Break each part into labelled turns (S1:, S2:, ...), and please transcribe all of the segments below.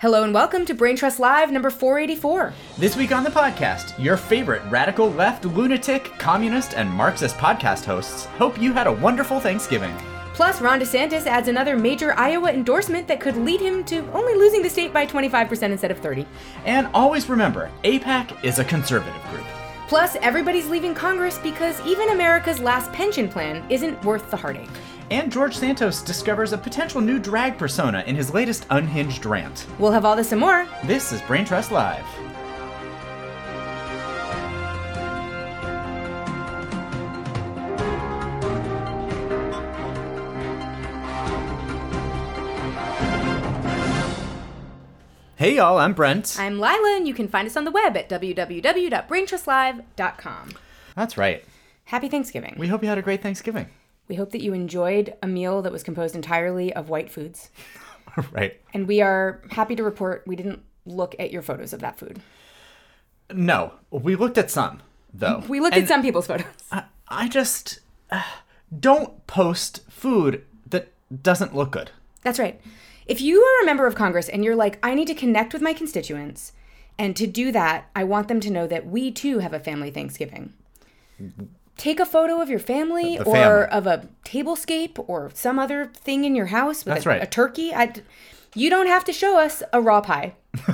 S1: Hello and welcome to Brain Trust Live number 484.
S2: This week on the podcast, your favorite radical left, lunatic, communist, and Marxist podcast hosts hope you had a wonderful Thanksgiving.
S1: Plus, Ron DeSantis adds another major Iowa endorsement that could lead him to only losing the state by 25% instead of 30.
S2: And always remember, APAC is a conservative group.
S1: Plus, everybody's leaving Congress because even America's last pension plan isn't worth the heartache.
S2: And George Santos discovers a potential new drag persona in his latest unhinged rant.
S1: We'll have all this and more.
S2: This is Brain Trust Live. Hey y'all, I'm Brent.
S1: I'm Lila, and you can find us on the web at www.braintrustlive.com.
S2: That's right.
S1: Happy Thanksgiving.
S2: We hope you had a great Thanksgiving.
S1: We hope that you enjoyed a meal that was composed entirely of white foods.
S2: right.
S1: And we are happy to report we didn't look at your photos of that food.
S2: No, we looked at some, though.
S1: We looked
S2: And
S1: at some people's photos.
S2: I, I just uh, don't post food that doesn't look good.
S1: That's right. If you are a member of Congress and you're like, I need to connect with my constituents, and to do that, I want them to know that we too have a family Thanksgiving. Take a photo of your family
S2: The
S1: or
S2: family.
S1: of a tablescape or some other thing in your house with
S2: That's
S1: a,
S2: right.
S1: a turkey. I, you don't have to show us a raw pie.
S2: Which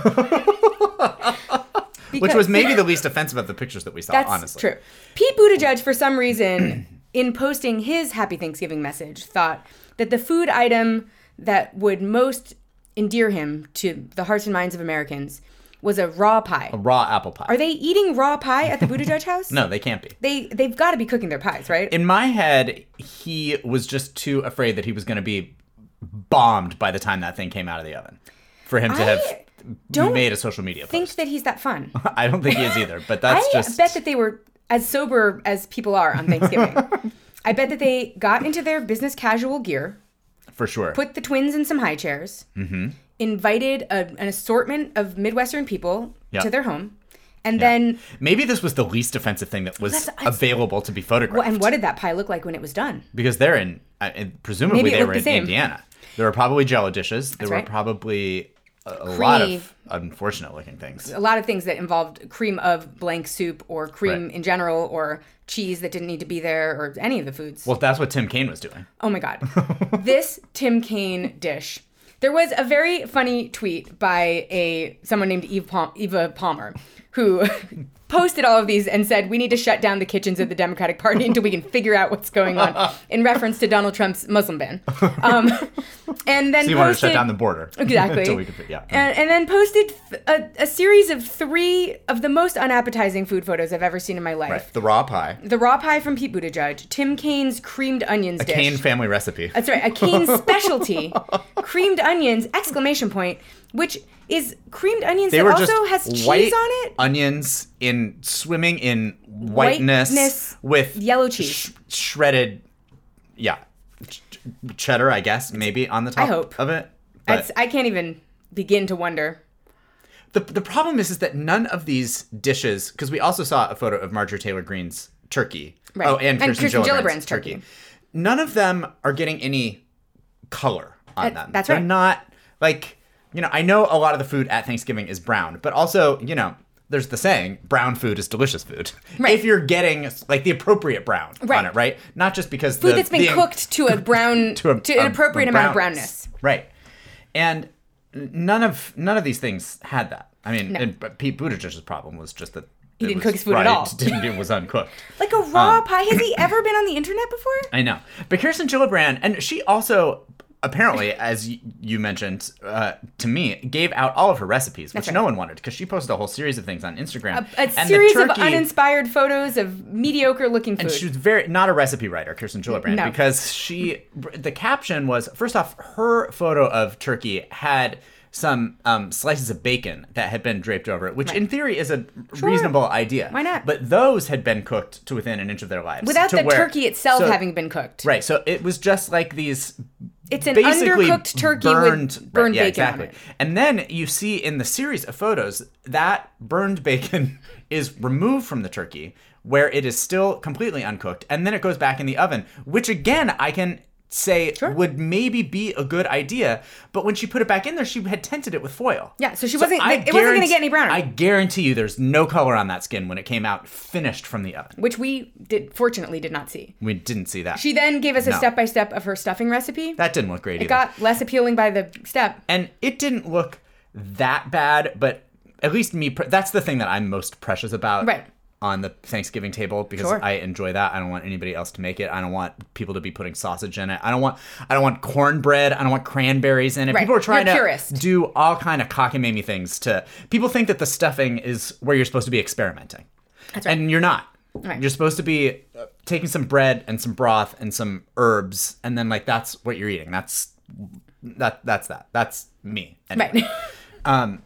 S1: Because-
S2: was maybe the least offensive of the pictures that we saw,
S1: That's
S2: honestly.
S1: true. Pete Buttigieg, for some reason, in posting his Happy Thanksgiving message, thought that the food item that would most endear him to the hearts and minds of Americans was a raw pie.
S2: Raw apple pie.
S1: Are they eating raw pie at the Buttigieg house?
S2: no, they can't be.
S1: They they've got to be cooking their pies, right?
S2: In my head, he was just too afraid that he was going to be bombed by the time that thing came out of the oven for him
S1: I
S2: to have
S1: don't
S2: made a social media
S1: Think
S2: post.
S1: that he's that fun.
S2: I don't think he is either, but that's
S1: I
S2: just.
S1: bet that they were as sober as people are on Thanksgiving. I bet that they got into their business casual gear,
S2: for sure.
S1: put the twins in some high chairs,
S2: Mm-hmm.
S1: invited a, an assortment of Midwestern people
S2: Yeah.
S1: to their home, and then
S2: Maybe this was the least offensive thing that was
S1: That's- I-
S2: available to be photographed.
S1: and what did that pie look like when it was done?
S2: because they're in I- and presumably
S1: Maybe it
S2: they
S1: looked the
S2: were in
S1: same.
S2: Indiana. There were probably jello dishes. There
S1: right.
S2: were probably a, a lot
S1: Cream.
S2: of unfortunate looking things.
S1: A lot of things that involved cream of blank soup or cream
S2: Right.
S1: in general or cheese that didn't need to be there or any of the foods.
S2: Well, that's what Tim Kaine was doing.
S1: Oh my God. this Tim Kaine dish. There was a very funny tweet by a someone named Eve Palm, Eva Palmer who posted all of these and said, We need to shut down the kitchens of the Democratic Party until we can figure out what's going on in reference to Donald Trump's Muslim ban. Um, and then
S2: So
S1: posted,
S2: you wanted to shut down the border
S1: Exactly.
S2: until we could, fi- yeah.
S1: And, and then posted f- a, a series of three of the most unappetizing food photos I've ever seen in my life.
S2: right. The raw pie,
S1: The raw pie from Pete Buttigieg, Tim Kaine's creamed onions dish.
S2: Kaine family recipe.
S1: That's right, a Kane specialty, creamed onions! Exclamation point, which is creamed onions
S2: They
S1: that
S2: were
S1: also
S2: just
S1: has
S2: white
S1: cheese on it.
S2: onions in swimming in whiteness,
S1: Whiteness,
S2: with
S1: yellow cheese.
S2: sh- shredded, yeah, ch- ch- cheddar. I guess maybe on the top
S1: hope.
S2: of it. But-
S1: That's, I can't even begin to wonder.
S2: The, the problem is is that none of these dishes because we also saw a photo of Marjorie Taylor Greene's turkey.
S1: Right.
S2: Oh, and
S1: And
S2: Kirsten,
S1: Kirsten
S2: Gillibrand's,
S1: Gillibrand's turkey.
S2: turkey. None of them are getting any color on
S1: That-
S2: them.
S1: that's
S2: They're
S1: right.
S2: not like you know. I know a lot of the food at Thanksgiving is brown, but also you know. There's the saying, brown food is delicious food.
S1: Right.
S2: If you're getting like the appropriate brown
S1: Right.
S2: on it, right? Not just because
S1: Food
S2: the,
S1: that's been
S2: the-
S1: cooked to a brown, to,
S2: to, a,
S1: an appropriate
S2: a
S1: amount of
S2: brownness.
S1: brownness.
S2: Right. And n- none of none of these things had that. I mean, and, but Pete Buttigieg's problem was just that he
S1: didn't cook his food at all.
S2: Didn't, it was uncooked.
S1: Like a raw pie. Has he ever been on the internet before?
S2: um, I know. But Kirsten Gillibrand, and she also apparently, as y- you mentioned uh, to me, gave out all of her recipes, which
S1: right.
S2: no one wanted because she posted a whole series of things on Instagram.
S1: A series of uninspired photos of mediocre looking food.
S2: And she was very not a recipe writer, Kirsten Gillibrand,
S1: No.
S2: because she the caption was first off her photo of turkey had some um, slices of bacon that had been draped over it, which in theory is a reasonable idea.
S1: Why not?
S2: But those had been cooked to within an inch of their lives,
S1: Without
S2: to
S1: the
S2: where-
S1: turkey itself
S2: so-
S1: having been cooked.
S2: Right, so it was just like these
S1: It's an
S2: basically
S1: undercooked turkey
S2: burned,
S1: with burned
S2: right, yeah,
S1: bacon
S2: exactly.
S1: on it.
S2: And then you see in the series of photos that burned bacon is removed from the turkey where it is still completely uncooked and then it goes back in the oven, which again I can say would maybe be a good idea. But when she put it back in there, she had tinted it with foil.
S1: Yeah, so she wasn't- it wasn't gonna
S2: guarant-
S1: get any browner.
S2: I guarantee you, there's no color on that skin when it came out finished from the oven.
S1: which we did fortunately did not see.
S2: We didn't see that.
S1: She then gave us a
S2: No.
S1: step by step of her stuffing recipe.
S2: that didn't look great either.
S1: it got less appealing by the step.
S2: and it didn't look that bad but at least me pre- that's the thing that i'm most precious about
S1: Right.
S2: on the thanksgiving table because
S1: Sure.
S2: i enjoy that i don't want anybody else to make it i don't want people to be putting sausage in it i don't want i don't want cornbread i don't want cranberries in it
S1: Right.
S2: people are trying
S1: You're
S2: to
S1: purist.
S2: do all kind of cockamamie things to people think that the stuffing is where you're supposed to be experimenting that's
S1: right.
S2: and you're not
S1: Right.
S2: you're supposed to be uh, taking some bread and some broth and some herbs and then like that's what you're eating that's that that's that that's me Anyway.
S1: Right.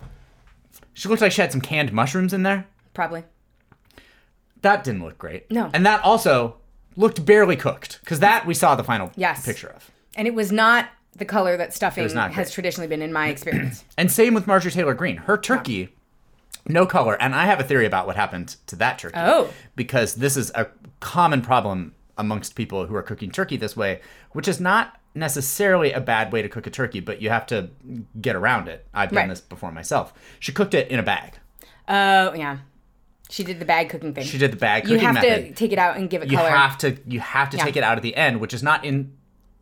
S2: She looked like she had some canned mushrooms in there.
S1: Probably.
S2: That didn't look great.
S1: No.
S2: And that also looked barely cooked because that we saw the final
S1: Yes.
S2: picture of.
S1: And it was not the color that stuffing
S2: was not
S1: has
S2: great.
S1: traditionally been in my experience.
S2: And same with Marjorie Taylor Greene. Her turkey, no color. And I have a theory about what happened to that turkey.
S1: Oh.
S2: Because this is a common problem amongst people who are cooking turkey this way, which is not necessarily a bad way to cook a turkey, but you have to get around it. I've done
S1: Right.
S2: this before myself. She cooked it in a bag.
S1: Oh, yeah. She did the bag cooking thing.
S2: She did the bag
S1: You
S2: cooking
S1: have
S2: method.
S1: to take it out and give it
S2: you
S1: color.
S2: have to you have to
S1: Yeah.
S2: take it out at the end, which is not in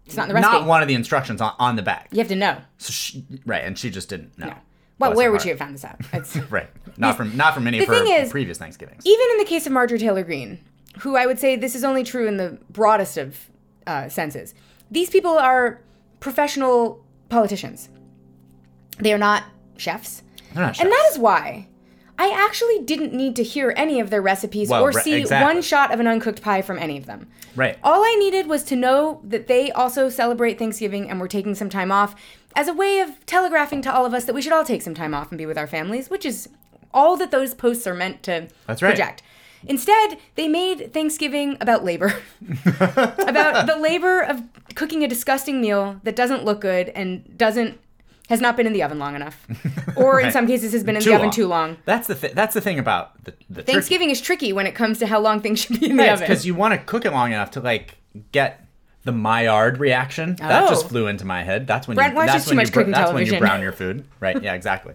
S1: it's not in the recipe.
S2: not one of the instructions on, on the back.
S1: you have to know.
S2: So she, right, and she just didn't know.
S1: Well,
S2: Bless
S1: where
S2: her
S1: would
S2: heart.
S1: you have found this out? It's,
S2: Right, not from not from any
S1: The
S2: of her
S1: thing is-
S2: previous Thanksgivings.
S1: even in the case of Marjorie Taylor Greene, who I would say this is only true in the broadest of uh, senses, these people are professional politicians. They are not chefs.
S2: They're not
S1: And
S2: chefs.
S1: that is why I actually didn't need to hear any of their recipes
S2: Well,
S1: or
S2: re-
S1: see
S2: exactly.
S1: one shot of an uncooked pie from any of them.
S2: Right.
S1: All I needed was to know that they also celebrate Thanksgiving and were taking some time off as a way of telegraphing to all of us that we should all take some time off and be with our families, which is all that those posts are meant to
S2: That's right.
S1: project. Instead, they made Thanksgiving about labor, about the labor of cooking a disgusting meal that doesn't look good and doesn't has not been in the oven long enough, or in
S2: Right.
S1: some cases has been in the oven too long.
S2: That's the thi- that's the thing about the, the turkey.
S1: Thanksgiving is tricky when it comes to how long things should be in the oven.
S2: because you want to cook it long enough to like get the Maillard reaction. That
S1: Oh.
S2: just flew into my head. That's when
S1: Brent
S2: you,
S1: watches
S2: that's
S1: too
S2: when
S1: much
S2: you bro-
S1: cooking
S2: That's when
S1: television.
S2: you brown your food. Right? Yeah, exactly.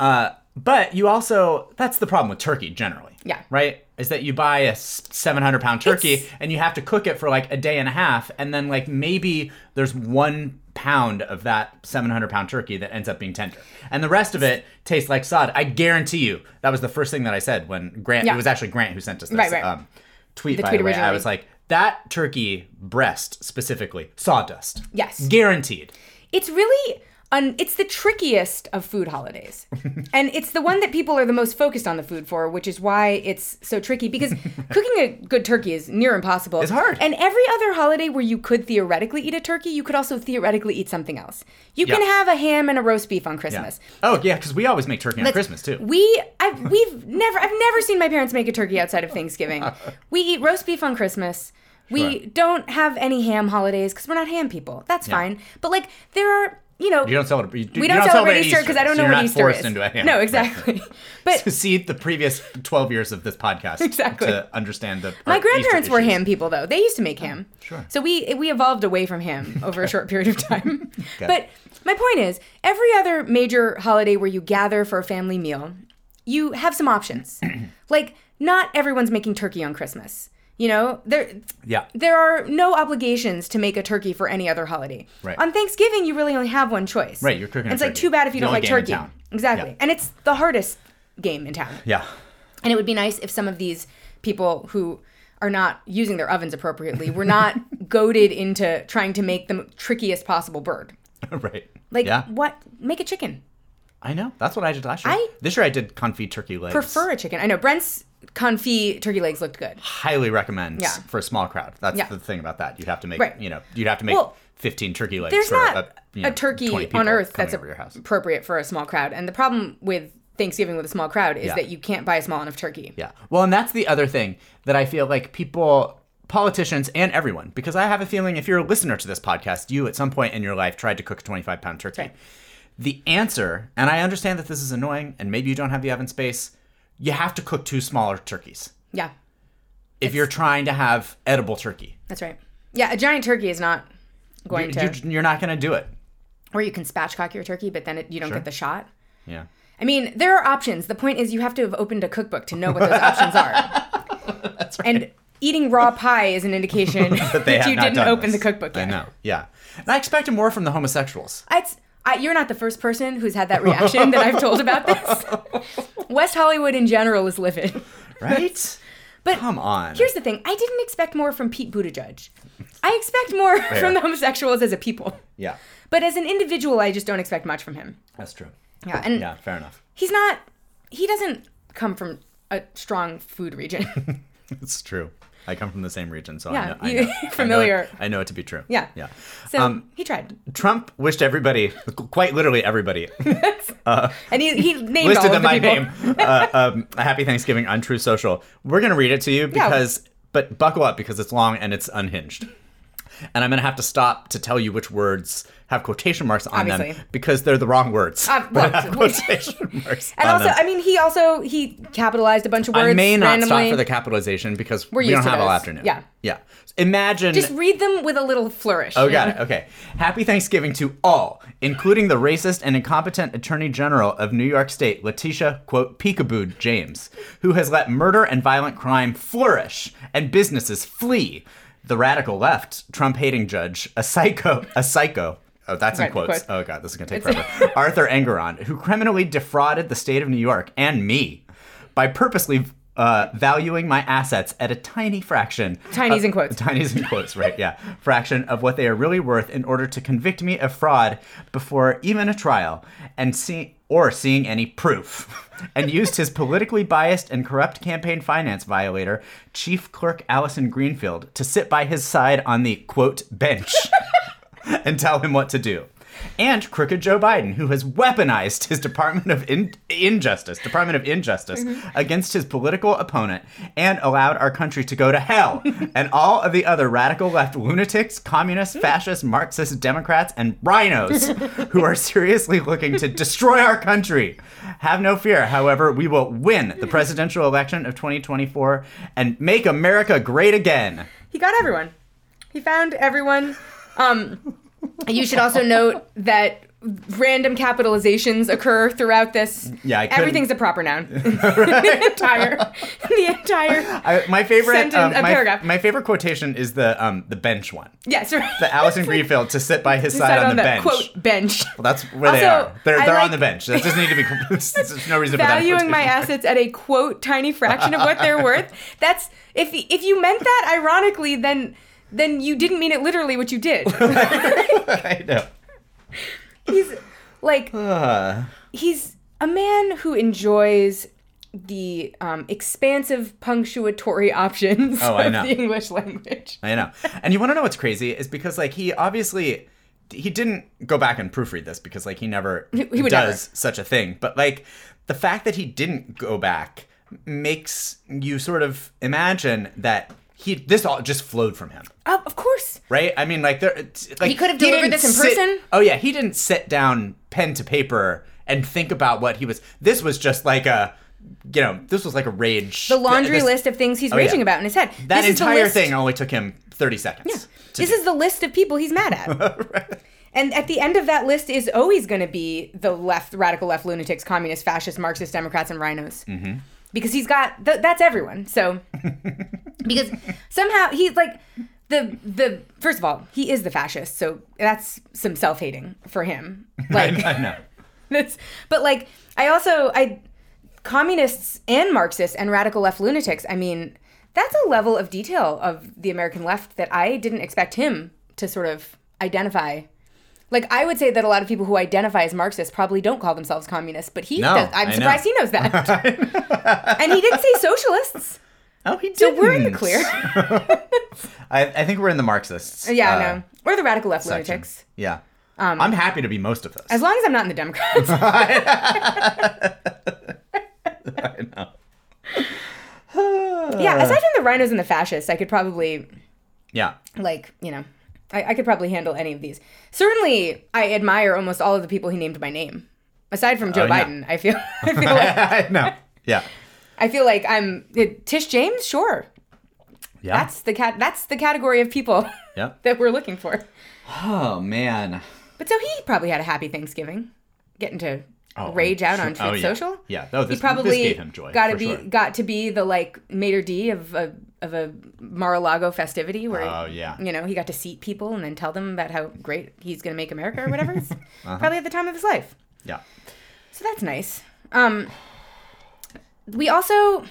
S2: uh, but you also that's the problem with turkey generally.
S1: Yeah.
S2: Right. Is that you buy a seven hundred pound turkey
S1: It's-
S2: and you have to cook it for like a day and a half, and then like maybe there's one pound of that 700 pound turkey that ends up being tender and the rest of it tastes like sod i guarantee you that was the first thing that i said when grant
S1: Yeah.
S2: it was actually grant who sent us this
S1: Right, right.
S2: um tweet by
S1: tweet
S2: the way i
S1: originally.
S2: was like that turkey breast specifically sawdust
S1: Yes.
S2: guaranteed
S1: it's really un- it's the trickiest of food holidays and it's the one that people are the most focused on the food for which is why it's so tricky because cooking a good turkey is near impossible it's
S2: hard.
S1: and every other holiday where you could theoretically eat a turkey you could also theoretically eat something else you can
S2: Yeah.
S1: have a ham and a roast beef on
S2: Yeah.
S1: christmas
S2: oh yeah because we always make turkey on christmas too
S1: we I've we've never I've never seen my parents make a turkey outside of Thanksgiving. we eat roast beef on Christmas. We
S2: Sure.
S1: don't have any ham holidays because we're not ham people. That's fine. But like there are you know
S2: you don't celebrate you,
S1: we
S2: you
S1: don't, celebrate, Easter because I
S2: so
S1: don't know
S2: you're
S1: what
S2: not
S1: Easter
S2: forced
S1: is.
S2: into a ham.
S1: No,
S2: Right.
S1: exactly. But
S2: see the previous 12 years of this podcast
S1: Exactly.
S2: to understand the
S1: my
S2: our Easter
S1: grandparents were
S2: issues. Oh,
S1: ham people though. They used to make ham.
S2: sure.
S1: So we we evolved away from ham over a short period of time.
S2: Okay.
S1: But my point is, every other major holiday where you gather for a family meal, you have some options. like not everyone's making turkey on Christmas. You know, there
S2: yeah
S1: there are no obligations to make a turkey for any other holiday.
S2: Right.
S1: On Thanksgiving, you really only have one choice.
S2: Right, you're
S1: And
S2: cooking a
S1: it's like
S2: turkey.
S1: too bad if you
S2: The
S1: don't
S2: only
S1: like
S2: game in
S1: turkey.
S2: town.
S1: Exactly.
S2: Yeah.
S1: And it's the hardest game in town.
S2: yeah
S1: And it would be nice if some of these people who are not using their ovens appropriately were not goaded into trying to make the trickiest possible bird.
S2: right
S1: Like
S2: yeah
S1: what? Make a chicken.
S2: i know that's what i did last year
S1: I
S2: this year i did confit turkey legs
S1: Prefer a chicken. I know Brent's confit turkey legs looked good.
S2: highly recommend
S1: Yeah.
S2: for a small crowd. That's
S1: Yeah.
S2: the thing about that. You'd have to make
S1: Right.
S2: you know you'd have to make
S1: Well,
S2: fifteen turkey legs.
S1: There's
S2: for
S1: not
S2: a,
S1: a,
S2: you know, 20
S1: turkey
S2: people
S1: on earth
S2: coming
S1: that's
S2: over your house.
S1: appropriate for a small crowd. And the problem with Thanksgiving with a small crowd is
S2: Yeah.
S1: that you can't buy a small enough turkey.
S2: Yeah. Well, and that's the other thing that I feel like people, politicians, and everyone, because I have a feeling if you're a listener to this podcast, you at some point in your life tried to cook a 25 pound turkey.
S1: right.
S2: The answer, and I understand that this is annoying, and maybe you don't have the oven space. You have to cook two smaller turkeys
S1: Yeah,
S2: if you're trying to have edible turkey.
S1: that's right. Yeah, a giant turkey is not going
S2: You-
S1: to,
S2: you- you're not going to do it.
S1: or you can spatchcock your turkey, but then it, you don't get the shot.
S2: Yeah.
S1: I mean, there are options. The point is, you have to have opened a cookbook to know what those options are. That's right. And eating raw pie is an indication that,
S2: They have
S1: you
S2: not
S1: didn't
S2: done
S1: open
S2: this.
S1: the cookbook yet.
S2: I know. Yeah. And I expected more from the homosexuals.
S1: It's, I, you're not the first person who's had that reaction that I've told about this. West Hollywood in general is livid.
S2: Right?
S1: But
S2: Come on.
S1: Here's the thing I didn't expect more from Pete Buttigieg. I expect more from the homosexuals as a people.
S2: yeah.
S1: But as an individual, I just don't expect much from him.
S2: That's true.
S1: Yeah. And
S2: Yeah, fair enough.
S1: he's not, he doesn't come from a strong food region.
S2: It's true. I come from the same region, so
S1: Yeah,
S2: I know.
S1: you-
S2: I know- I know
S1: familiar.
S2: it- I know, it to be true.
S1: Yeah.
S2: Yeah.
S1: So
S2: Um,
S1: he tried.
S2: Trump wished everybody, quite literally everybody,
S1: And he, he named all
S2: listed
S1: of
S2: them
S1: the
S2: by
S1: people.
S2: name. Uh, um, a happy Thanksgiving on True Social. We're gonna read it to you
S1: Yeah.
S2: because, but buckle up because it's long and it's unhinged. And I'm gonna have to stop to tell you which words have quotation marks on
S1: Obviously.
S2: them because they're the wrong words.
S1: Uh,
S2: that
S1: well,
S2: have quotation marks.
S1: And
S2: on
S1: also,
S2: them.
S1: I mean, he also, he capitalized a bunch of words
S2: I may not
S1: randomly.
S2: stop for the capitalization because we
S1: used
S2: don't
S1: to
S2: have all
S1: those.
S2: afternoon.
S1: Yeah.
S2: Yeah. Imagine.
S1: Just read them with a little flourish.
S2: Oh, got it. Okay. Happy Thanksgiving to all, including the racist and incompetent Attorney General of New York State, Letitia, quote, Peekaboo James, who has let murder and violent crime flourish and businesses flee. The radical left, Trump hating judge, a psycho, a psycho. Oh, that's in
S1: Right,
S2: quotes.
S1: quotes.
S2: Oh, God, this is going to take forever. Arthur Engeron, who criminally defrauded the state of New York and me by purposely uh, valuing my assets at a tiny fraction.
S1: Tiny's
S2: of-
S1: in quotes.
S2: Tiny's Uh, in quotes, right? Yeah, fraction of what they are really worth in order to convict me of fraud before even a trial and see or seeing any proof. and used his politically biased and corrupt campaign finance violator, Chief Clerk Allison Greenfield, to sit by his side on the quote bench and tell him what to do. And crooked Joe Biden, who has weaponized his Department of In- Injustice, Department of Injustice, against his political opponent, and allowed our country to go to hell, and all of the other radical left lunatics, communists, fascists, Marxists, Democrats, and rhinos, who are seriously looking to destroy our country. Have no fear, however, we will win the presidential election of 2024 and make America great again.
S1: He got everyone. He found everyone. Um, you should also note that random capitalizations occur throughout this.
S2: Yeah, I couldn't-
S1: everything's a proper noun. the entire, the entire.
S2: I, my favorite
S1: Sentence-
S2: um,
S1: a
S2: my,
S1: paragraph.
S2: my favorite quotation is the um, the bench one.
S1: Yes, right.
S2: The Allison Greenfield to sit by his side on, the, bench.
S1: quote bench.
S2: Well, that's where they
S1: Also,
S2: are. They're,
S1: I
S2: they're
S1: like-
S2: on the bench. That doesn't need to be. There's no reason for that.
S1: Valuing my
S2: quotation.
S1: assets at a quote tiny fraction of what they're worth. That's if if you meant that ironically, then then you didn't mean it literally, which you did.
S2: I know.
S1: He's like
S2: Uh,
S1: he's a man who enjoys the um, expansive punctuatory options
S2: Oh, I
S1: of
S2: know.
S1: the English language.
S2: I know. And you want to know what's crazy is because like he obviously he didn't go back and proofread this because like he never
S1: he would
S2: does such a thing. But like the fact that he didn't go back makes you sort of imagine that he this all just flowed from him.
S1: Uh, of course,
S2: right? I mean, like there, it's- like
S1: He could have delivered
S2: didn't
S1: this in
S2: sit-
S1: person.
S2: Oh yeah, he didn't sit down, pen to paper, and think about what he was. This was just like a, you know, this was like a rage.
S1: the laundry
S2: this- Oh,
S1: list of things he's raging
S2: yeah.
S1: about in his head.
S2: That
S1: This is the
S2: entire
S1: list-
S2: thing only took him thirty seconds. to
S1: This
S2: do.
S1: is the list of people he's mad at. And at the end of that list is always going to be the left, radical left lunatics, communists, fascists, Marxists, Democrats, and rhinos. Mm-hmm. Because he's got th- that's everyone. So because somehow he's like the the first of all he is the fascist, so that's some self hating for him. Like
S2: I know.
S1: that's but like I also I communists and Marxists and radical left lunatics. I mean, that's a level of detail of the American left that I didn't expect him to sort of identify. Like I would say that a lot of people who identify as Marxists probably don't call themselves communists, but he
S2: No,
S1: does. I'm
S2: I know.
S1: surprised he knows that. and he didn't say socialists.
S2: Oh, he did.
S1: So we're in the clear.
S2: Hmm. I, I think we're in the Marxists.
S1: yeah,
S2: uh,
S1: no. Or the radical left
S2: section.
S1: lunatics.
S2: Yeah.
S1: Um,
S2: I'm happy to be most of those.
S1: As long as I'm not in the Democrats.
S2: I know.
S1: yeah, aside from the rhinos and the fascists, I could probably
S2: Yeah.
S1: like you know I, I could probably handle any of these certainly i admire almost all of the people he named by name aside from joe
S2: Oh, yeah.
S1: biden i feel i feel like
S2: I know. Yeah.
S1: i feel like i'm tish james sure
S2: Yeah.
S1: That's the cat. That's the category of people
S2: Yeah.
S1: that we're looking for.
S2: Oh man.
S1: But so he probably had a happy Thanksgiving, getting to
S2: Oh,
S1: rage
S2: I'm
S1: out on
S2: sure- oh,
S1: Truth
S2: yeah.
S1: Social.
S2: Yeah. Oh, this-
S1: he probably
S2: this gave him joy,
S1: Got to
S2: for
S1: be
S2: sure.
S1: got to be the like maitre d of a of a Mar-a-Lago festivity where
S2: Oh, yeah.
S1: you know he got to seat people and then tell them about how great he's going to make America or whatever. It's
S2: Uh-huh.
S1: Probably at the time of his life.
S2: Yeah.
S1: So that's nice. Um, we also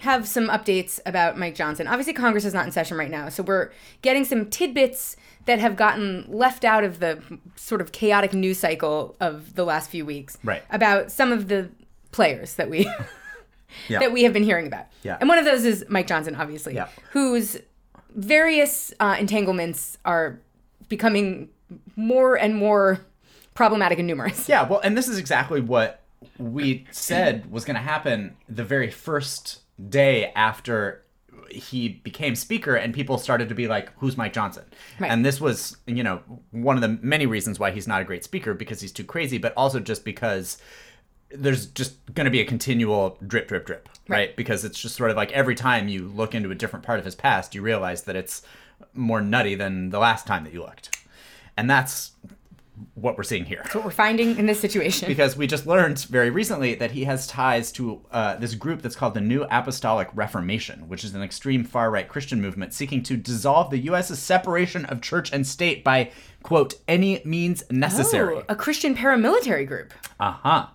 S1: have some updates about Mike Johnson. Obviously, Congress is not in session right now, so we're getting some tidbits that have gotten left out of the sort of chaotic news cycle of the last few weeks
S2: Right.
S1: about some of the players that we
S2: Yeah.
S1: that we have been hearing about.
S2: Yeah.
S1: And one of those is Mike Johnson, obviously,
S2: Yeah.
S1: whose various uh, entanglements are becoming more and more problematic and numerous.
S2: Yeah, well, and this is exactly what we said was going to happen the very first day after he became speaker and people started to be like who's Mike Johnson.
S1: Right.
S2: And this was, you know, one of the many reasons why he's not a great speaker because he's too crazy, but also just because there's just going to be a continual drip drip drip, right? Because it's just sort of like every time you look into a different part of his past, you realize that it's more nutty than the last time that you looked. And that's what we're seeing here
S1: what we're finding in this situation.
S2: because we just learned very recently that he has ties to uh, this group that's called the New Apostolic Reformation, which is an extreme far right Christian movement seeking to dissolve the U.S.'s separation of church and state by, quote, any means necessary.
S1: Oh, a Christian paramilitary group.
S2: Uh-huh.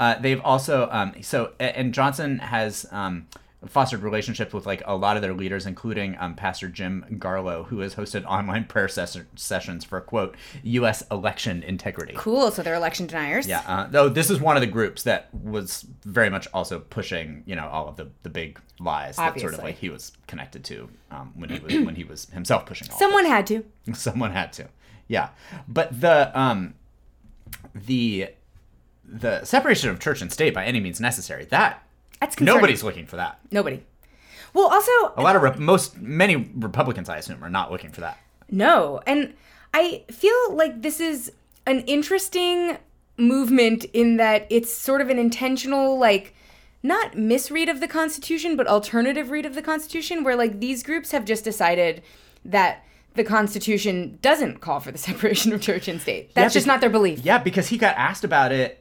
S2: Uh, they've also um, so a- and Johnson has um, fostered relationships with like a lot of their leaders, including um, Pastor Jim Garlow, who has hosted online prayer ses- sessions for quote U.S. election integrity.
S1: Cool. So they're election deniers.
S2: Yeah, uh, though this is one of the groups that was very much also pushing, you know, all of the, the big lies that sort of
S1: Obviously.
S2: like he was connected to um, when he was when he was himself pushing all. of
S1: Someone had to.
S2: it. Someone had to, yeah. But the um, the the separation of church and state by any means necessary. That
S1: That's concerning.
S2: nobody's looking for that.
S1: Nobody. Well,
S2: A
S1: also
S2: lot of rep- most many Republicans, I assume, are not looking for that.
S1: no, and I feel like this is an interesting movement in that it's sort of an intentional like not misread of the constitution but alternative read of the constitution where like these groups have just decided that the constitution doesn't call for the separation of church and state that's just
S2: bec-
S1: not their belief
S2: Yeah, because he got asked about it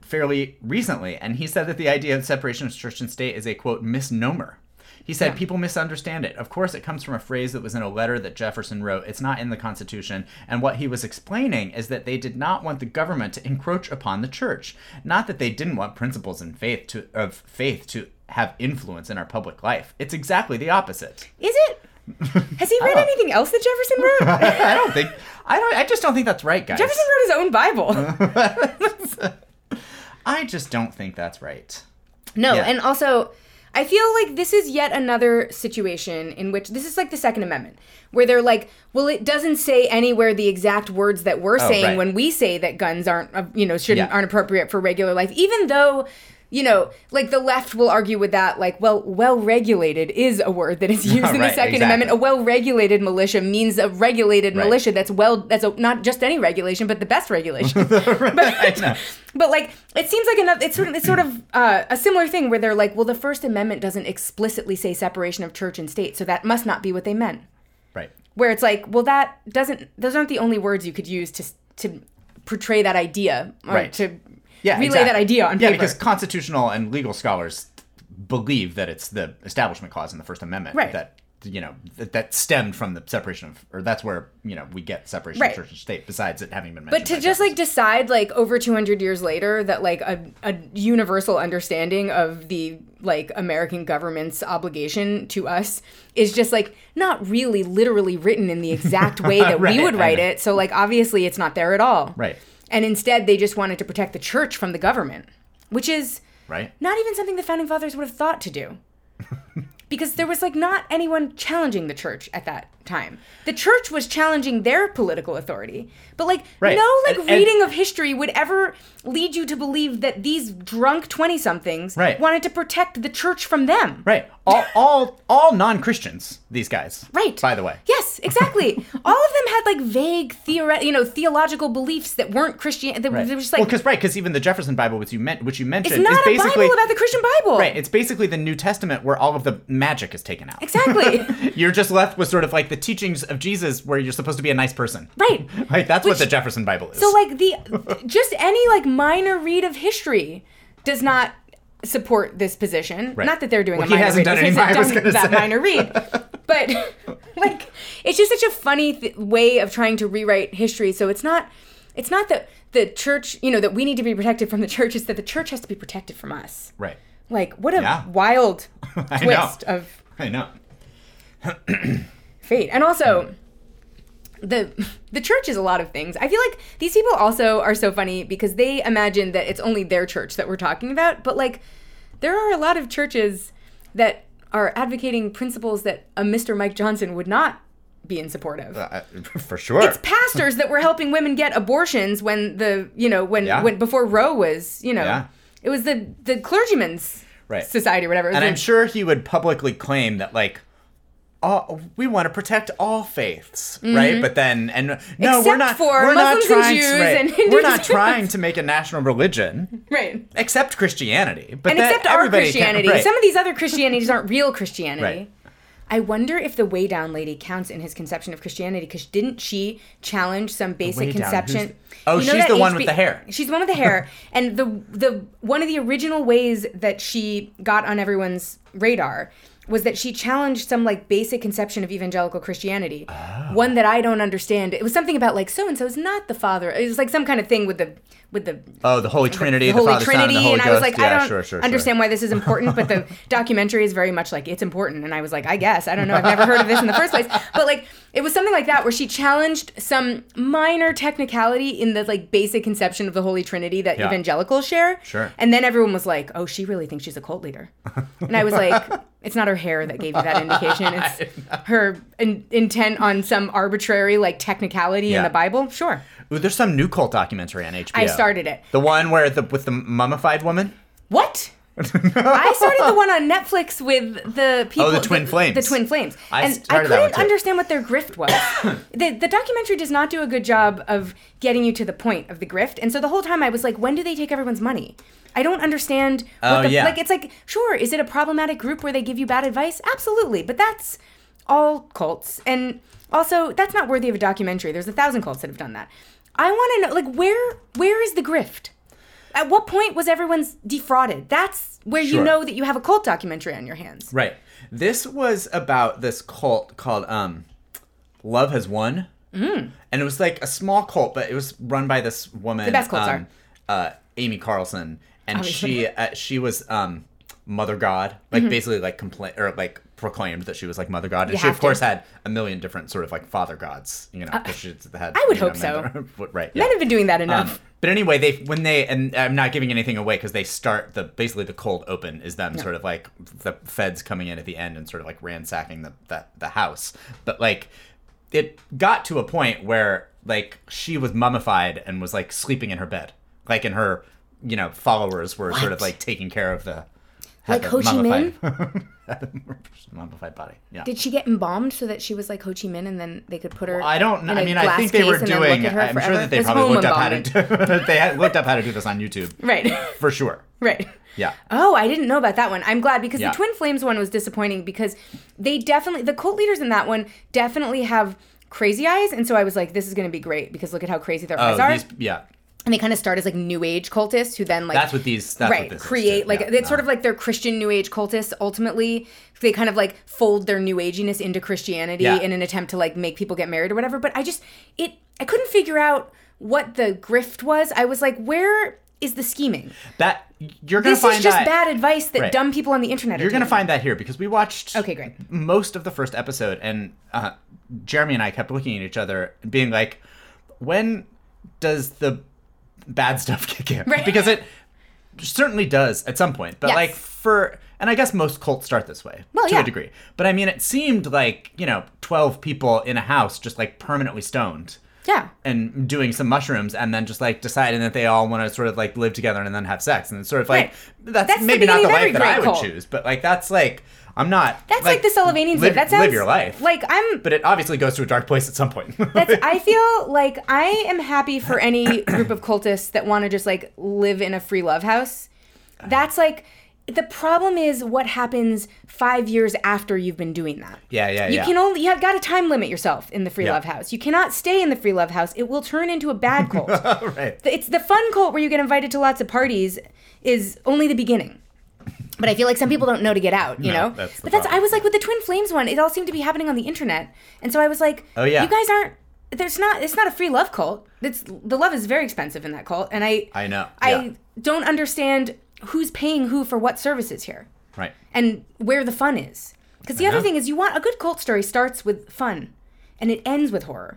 S2: fairly recently, and he said that the idea of separation of church and state is a quote misnomer. He said people misunderstand it. Of course, it comes from a phrase that was in a letter that Jefferson wrote. It's not in the Constitution. And what he was explaining is that they did not want the government to encroach upon the church. Not that they didn't want principles and faith to of faith to have influence in our public life. It's exactly the opposite.
S1: Is it? Has he read anything else that Jefferson wrote?
S2: I don't think I don't I just don't think that's right, guys.
S1: Jefferson wrote his own Bible.
S2: I just don't think that's right.
S1: No,
S2: Yeah.
S1: and also, I feel like this is yet another situation in which this is like the Second Amendment, where they're like, well, it doesn't say anywhere the exact words that we're saying
S2: Oh, right.
S1: when we say that guns aren't, uh, you know, shouldn't
S2: Yeah.
S1: aren't appropriate for regular life, even though. You know, like the left will argue with that, like, well, well regulated is a word that is used in
S2: Right,
S1: the Second
S2: exactly.
S1: Amendment. A well regulated militia means a regulated
S2: Right.
S1: militia that's well, that's a, not just any regulation, but the best regulation.
S2: I know.
S1: But like, it seems like another. It's sort of, it's sort of uh, a similar thing where they're like, well, the First Amendment doesn't explicitly say separation of church and state, so that must not be what they meant.
S2: Right.
S1: Where it's like, well, that doesn't. Those aren't the only words you could use to to portray that idea or
S2: Right.
S1: to
S2: yeah,
S1: relay
S2: exactly.
S1: that idea on
S2: yeah,
S1: paper.
S2: because constitutional and legal scholars believe that it's the Establishment Clause in the First Amendment
S1: Right.
S2: that you know that, that stemmed from the separation of, or that's where you know we get separation
S1: Right.
S2: of church and state. Besides it having been mentioned,
S1: but to
S2: by
S1: just
S2: Jefferson.
S1: like decide like over 200 years later that like a, a universal understanding of the like american government's obligation to us is just like not really literally written in the exact way that
S2: Right,
S1: we would
S2: I
S1: write
S2: know.
S1: it so like obviously it's not there at all
S2: Right.
S1: and instead they just wanted to protect the church from the government which is
S2: right,
S1: not even something the founding fathers would have thought to do because there was like not anyone challenging the church at that time the church was challenging their political authority but like
S2: Right.
S1: no like
S2: And- and-
S1: reading of history would ever lead you to believe that these drunk 20 somethings
S2: Right.
S1: wanted to protect the church from them
S2: right, all all all non Christians, these guys,
S1: Right.
S2: By the way,
S1: Yes, exactly. All of them had like vague theoret- you know, theological beliefs that weren't Christian. They,
S2: Right.
S1: they were just like,
S2: because right, because even the Jefferson Bible, which you meant, which you mentioned,
S1: it's not
S2: is
S1: a
S2: basically
S1: Bible about the Christian Bible.
S2: Right, it's basically the New Testament where all of the magic is taken out.
S1: Exactly.
S2: You're just left with sort of like the teachings of Jesus where you're supposed to be a nice person.
S1: right.
S2: Like that's what
S1: Which-
S2: the Jefferson Bible is.
S1: So like the just any like minor read of history does not support this position.
S2: Right.
S1: Not that they're doing
S2: Well,
S1: a
S2: he
S1: minor
S2: hasn't
S1: read.
S2: done
S1: He
S2: any-
S1: hasn't
S2: I was
S1: done
S2: gonna
S1: that
S2: say.
S1: minor read. But like it's just such a funny th- way of trying to rewrite history. So it's not it's not that the church, you know, that we need to be protected from the church, it's that the church has to be protected from us.
S2: right.
S1: Like what a
S2: Yeah.
S1: wild
S2: I know.
S1: twist of
S2: I know.
S1: fate. And also the the church is a lot of things. I feel like these people also are so funny because they imagine that it's only their church that we're talking about, but like there are a lot of churches that are advocating principles that a Mr. Mike Johnson would not be in support of.
S2: Uh, for sure.
S1: It's pastors that were helping women get abortions when the, you know, when
S2: Yeah.
S1: when before Roe was, you know,
S2: Yeah.
S1: it was the the clergymen's
S2: Right.
S1: society or whatever. It was
S2: and I'm
S1: the-
S2: sure he would publicly claim that like all, we want to protect all faiths, right? But then, and no, we're
S1: Mm-hmm. Except
S2: not.
S1: for
S2: we're not
S1: Muslims and
S2: trying.
S1: Jews
S2: right,
S1: and Hindus.
S2: We're not trying to make a national religion,
S1: right.
S2: except Christianity. But
S1: and
S2: that
S1: except our
S2: everybody can-
S1: Christianity.
S2: right.
S1: Some of these other Christianities aren't real Christianity.
S2: Right.
S1: I wonder if the way down lady counts in his conception of Christianity because didn't she challenge some basic
S2: Way Down,
S1: conception?
S2: who's- Oh, she's
S1: that
S2: the one with the hair.
S1: She's the one with the hair, and the the one of the original ways that she got on everyone's radar was that she challenged some like basic conception of evangelical Christianity,
S2: Oh.
S1: one that I don't understand. It was something about like so and so is not the father. It was like some kind of thing with the with the
S2: Oh, the Holy Trinity, the,
S1: the Holy
S2: Father, Son,
S1: Trinity,
S2: and the Holy
S1: I was
S2: Ghost.
S1: like,
S2: yeah,
S1: I don't
S2: sure, sure,
S1: understand why this is important, but the documentary is very much like it's important, and I was like, I guess I don't know, I've never heard of this in the first place, but like it was something like that where she challenged some minor technicality in the like basic conception of the Holy Trinity that
S2: Yeah.
S1: evangelicals share,
S2: Sure.
S1: and then everyone was like, oh, she really thinks she's a cult leader, and I was like. It's not her hair that gave you that indication. It's her in- intent on some arbitrary like technicality in
S2: Yeah.
S1: the Bible. Sure,
S2: Sure. Ooh, there's some new cult documentary on HBO.
S1: I started it.
S2: the one where the with the mummified woman.
S1: What? I started the one on Netflix with the people.
S2: Oh, the Twin Flames.
S1: The Twin Flames.
S2: I
S1: and I
S2: started that one
S1: couldn't
S2: too.
S1: understand what their grift was. the, the documentary does not do a good job of getting you to the point of the grift. And so the whole time I was like, when do they take everyone's money? I don't understand. What
S2: Oh,
S1: the,
S2: yeah.
S1: Like, it's like, sure, is it a problematic group where they give you bad advice? Absolutely. But that's all cults. And also, that's not worthy of a documentary. There's a thousand cults that have done that. I want to know, like, where where is the grift? At what point was everyone's defrauded? That's where you
S2: Sure.
S1: know that you have a cult documentary on your hands.
S2: Right. This was about this cult called um, Love Has Won. Mm. And it was like a small cult, but it was run by this woman. The
S1: best cults
S2: um, Uh, Amy Carlson. And she uh, she was um, Mother God. Like basically like complain or like proclaimed that she was like Mother God.
S1: Mm-hmm.
S2: And
S1: You
S2: she
S1: have
S2: of course
S1: to. Uh,
S2: had a million different sort of like father gods, you know, 'cause she had
S1: I would
S2: you know,
S1: hope so.
S2: men- right. Yeah.
S1: Men have been doing that
S2: Um,
S1: enough.
S2: but anyway, they when they and I'm not giving anything away because they start the basically the cold open is them sort of like the feds coming in at the end and sort of like ransacking the the, the house. But like it got to a point where like she was mummified and was like sleeping in her bed, like and her you know followers were sort of
S1: What?
S2: like taking care of the
S1: Like
S2: had the
S1: Ho Chi Minh?
S2: mummified- had the mummified body. Yeah.
S1: Did she get embalmed so that she was like Ho Chi Minh, and then they could put her?
S2: I don't.
S1: in
S2: I
S1: a
S2: mean, I
S1: glass
S2: think they were
S1: case and then look
S2: doing.
S1: at her
S2: I'm sure
S1: forever?
S2: that they
S1: There's
S2: probably
S1: home
S2: looked up how to
S1: embalming.
S2: do. they had looked up how to do this on YouTube
S1: Right,
S2: for sure.
S1: right.
S2: Yeah.
S1: Oh, I didn't know about that one. I'm glad because
S2: Yeah.
S1: the Twin Flames one was disappointing because they definitely the cult leaders in that one definitely have crazy eyes, and so I was like, this is going to be great because look at how crazy their eyes
S2: Oh,
S1: are.
S2: these, yeah.
S1: and they kind of start as like new age cultists who then like
S2: That's what these. That's
S1: right
S2: What this is,
S1: create
S2: too.
S1: like
S2: Yeah.
S1: it's sort of like they're christian new age cultists ultimately they kind of like fold their new aginess into christianity
S2: Yeah.
S1: in an attempt to like make people get married or whatever but i just it i couldn't figure out what the grift was i was like where is the scheming
S2: that. You're gonna
S1: this
S2: find
S1: is just
S2: that.
S1: bad advice that
S2: Right.
S1: dumb people on the internet are
S2: You're gonna
S1: taking.
S2: find that here because we watched.
S1: Okay, great.
S2: Most of the first episode, and uh, Jeremy and I kept looking at each other, and being like, "When does the bad stuff kick in?"
S1: Right.
S2: Because it certainly does at some point, but
S1: Yes.
S2: like for. And I guess most cults start this way
S1: Well,
S2: to
S1: yeah.
S2: a degree. But I mean, it seemed like, you know, 12 people in a house just like permanently stoned.
S1: yeah
S2: and doing some mushrooms and then just like deciding that they all want to sort of like live together and then have sex and it's sort of like
S1: Right.
S2: that's,
S1: That's the
S2: maybe not
S1: beginning
S2: the
S1: of every
S2: life that I
S1: great
S2: would
S1: cult.
S2: choose but like that's like I'm not
S1: that's like, the Sullivanians. did.
S2: live,
S1: that sounds
S2: live your life
S1: Like I'm
S2: but it obviously goes to a dark place at some point
S1: That's, I feel like I am happy for any group of cultists that want to just like live in a free love house. That's like the problem is what happens five years after you've been doing that.
S2: Yeah, yeah,
S1: You
S2: yeah.
S1: can only you have got to time limit yourself in the free
S2: Yeah.
S1: love house. You cannot stay in the free love house. It will turn into a bad cult.
S2: right.
S1: it's the fun cult where you get invited to lots of parties is only the beginning. But I feel like some people don't know to get out, you
S2: No,
S1: know.
S2: that's the
S1: but that's
S2: problem.
S1: I was like with the Twin Flames one, it all seemed to be happening on the internet, and so I was like,
S2: Oh, yeah.
S1: you guys aren't. There's not. It's not a free love cult. It's the love is very expensive in that cult, and I.
S2: I know,
S1: I
S2: yeah.
S1: don't understand who's paying who for what services here,
S2: Right.
S1: and where the fun is. Because the
S2: I
S1: other
S2: know.
S1: thing is, you want a good cult story starts with fun, and it ends with horror.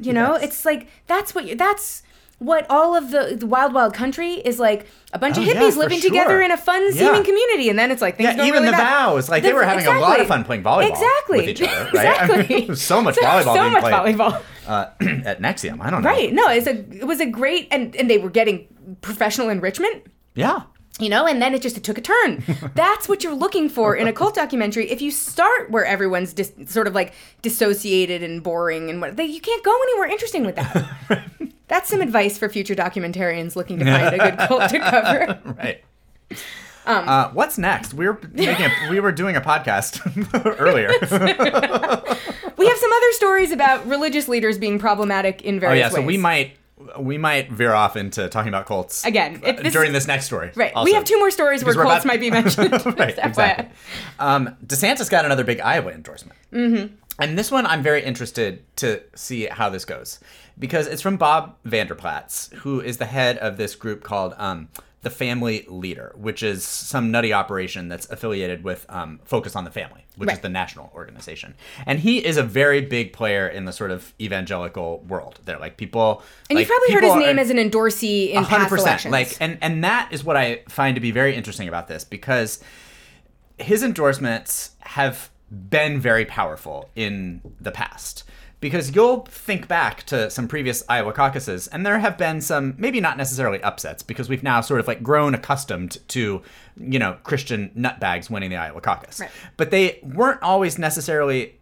S1: You know, it's like that's what you, that's what all of the, the wild wild country is like a bunch of
S2: Oh, yeah,
S1: hippies
S2: for
S1: living together
S2: sure.
S1: in a fun seeming
S2: Yeah.
S1: community and then it's like things
S2: Yeah,
S1: go
S2: even
S1: really
S2: the
S1: bad.
S2: vows, like they
S1: The-
S2: were having a lot
S1: exactly.
S2: of fun playing volleyball
S1: exactly
S2: with each other, right?
S1: exactly
S2: I mean, so much volleyball
S1: so
S2: being
S1: much
S2: played.
S1: volleyball
S2: Uh, at Nexium, I don't know.
S1: right no it's a it was a great and and they were getting professional enrichment
S2: Yeah.
S1: you know and then it just took a turn that's what you're looking for in a cult documentary if you start where everyone's dis- sort of like dissociated and boring and what they, you can't go anywhere interesting with that that's some advice for future documentarians looking to find a good cult to cover
S2: Right.
S1: Um,
S2: uh, what's next? We were making a, we were doing a podcast earlier.
S1: we have some other stories about religious leaders being problematic in
S2: oh
S1: various
S2: yeah, so
S1: ways.
S2: we might we might veer off into talking about cults
S1: Again,
S2: uh,
S1: if this
S2: during
S1: is-
S2: this next story.
S1: right.
S2: also.
S1: We have two more stories where
S2: Because we're
S1: cults
S2: about-
S1: might be mentioned.
S2: right,
S1: FYI.
S2: exactly. Um, DeSantis got another big Iowa endorsement. Mm-hmm. And this one, I'm very interested to see how this goes because it's from Bob Vanderplatz, who is the head of this group called um, the Family Leader, which is some nutty operation that's affiliated with um, Focus on the Family, which is
S1: Right.
S2: the national organization. And he is a very big player in the sort of evangelical world. They're like people.
S1: And
S2: like,
S1: you've probably heard
S2: people
S1: his name
S2: are-
S1: as an endorsee in
S2: hundred
S1: past
S2: percent.
S1: elections.
S2: Like, and and that is what I find to be very interesting about this because his endorsements have been very powerful in the past. Because you'll think back to some previous Iowa caucuses, and there have been some, maybe not necessarily upsets, because we've now sort of like grown accustomed to, you know, Christian nutbags winning the Iowa caucus.
S1: Right.
S2: But they weren't always necessarily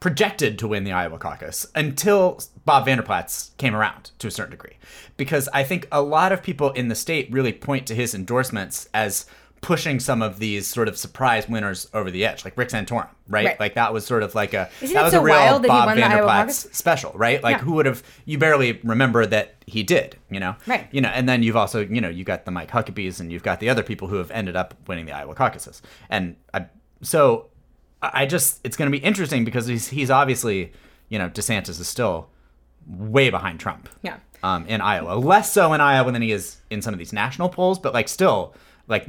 S2: projected to win the Iowa caucus until Bob Vanderplatz came around to a certain degree. Because I think a lot of people in the state really point to his endorsements as pushing some of these sort of surprise winners over the edge, like Rick Santorum, right?
S1: Right.
S2: Like that was sort of like a
S1: Isn't
S2: that
S1: it
S2: was
S1: so
S2: a real
S1: wild that he
S2: Bob
S1: won the Iowa caucus?
S2: Vanderplatz special, right? Like
S1: Yeah.
S2: who would have you barely remember that he did, you know?
S1: Right.
S2: You know, and then you've also, you know, you've got the Mike Huckabees and you've got the other people who have ended up winning the Iowa caucuses. And I, so I I just it's going to be interesting because he's he's obviously, you know, DeSantis is still way behind Trump.
S1: Yeah.
S2: Um, in Iowa, less so in Iowa than he is in some of these national polls, but like still like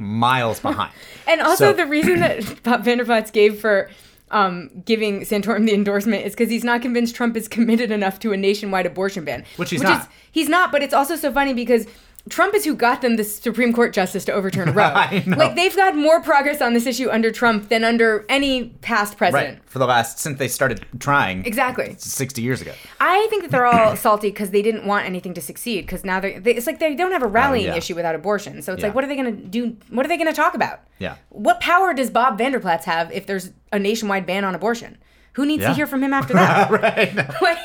S2: miles behind.
S1: And also
S2: So-
S1: the reason that Bob Vanderplatz gave for um, giving Santorum the endorsement is because he's not convinced Trump is committed enough to a nationwide abortion ban.
S2: Which he's
S1: Is,
S2: not.
S1: he's not, but it's also so funny because Trump is who got them the Supreme Court justice to overturn Roe.
S2: I know.
S1: Like they've got more progress on this issue under Trump than under any past president.
S2: right for the last since they started trying
S1: Exactly.
S2: 60 years ago.
S1: I think that they're all salty because they didn't want anything to succeed. Because now they're, they, it's like they don't have a rallying
S2: Oh, yeah.
S1: issue without abortion. So it's
S2: Yeah.
S1: like, what are they going to do? What are they going to talk about?
S2: Yeah.
S1: What power does Bob Vanderplatz have if there's a nationwide ban on abortion? Who needs to
S2: Yeah.
S1: hear from him after that?
S2: right.
S1: like,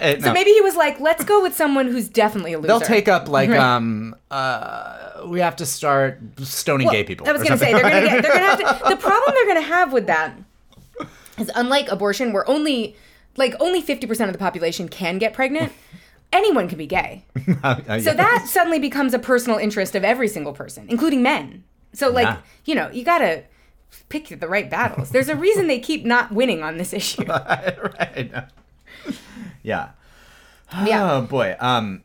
S2: Eh,
S1: so
S2: no.
S1: maybe he was like, let's go with someone who's definitely a loser.
S2: They'll take up like
S1: Right.
S2: um uh we have to start stoning
S1: Well,
S2: gay people.
S1: I was
S2: or
S1: going to say
S2: something.
S1: they're going to they're going to have to. The problem they're going to have with that is unlike abortion, where only like only fifty percent of the population can get pregnant. Anyone can be gay.
S2: Uh,
S1: So
S2: yeah.
S1: that suddenly becomes a personal interest of every single person, including men. So like,
S2: Yeah.
S1: you know, you gotta pick the right battles. There's a reason they keep not winning on this issue.
S2: right. Yeah.
S1: Yeah.
S2: Oh boy. Um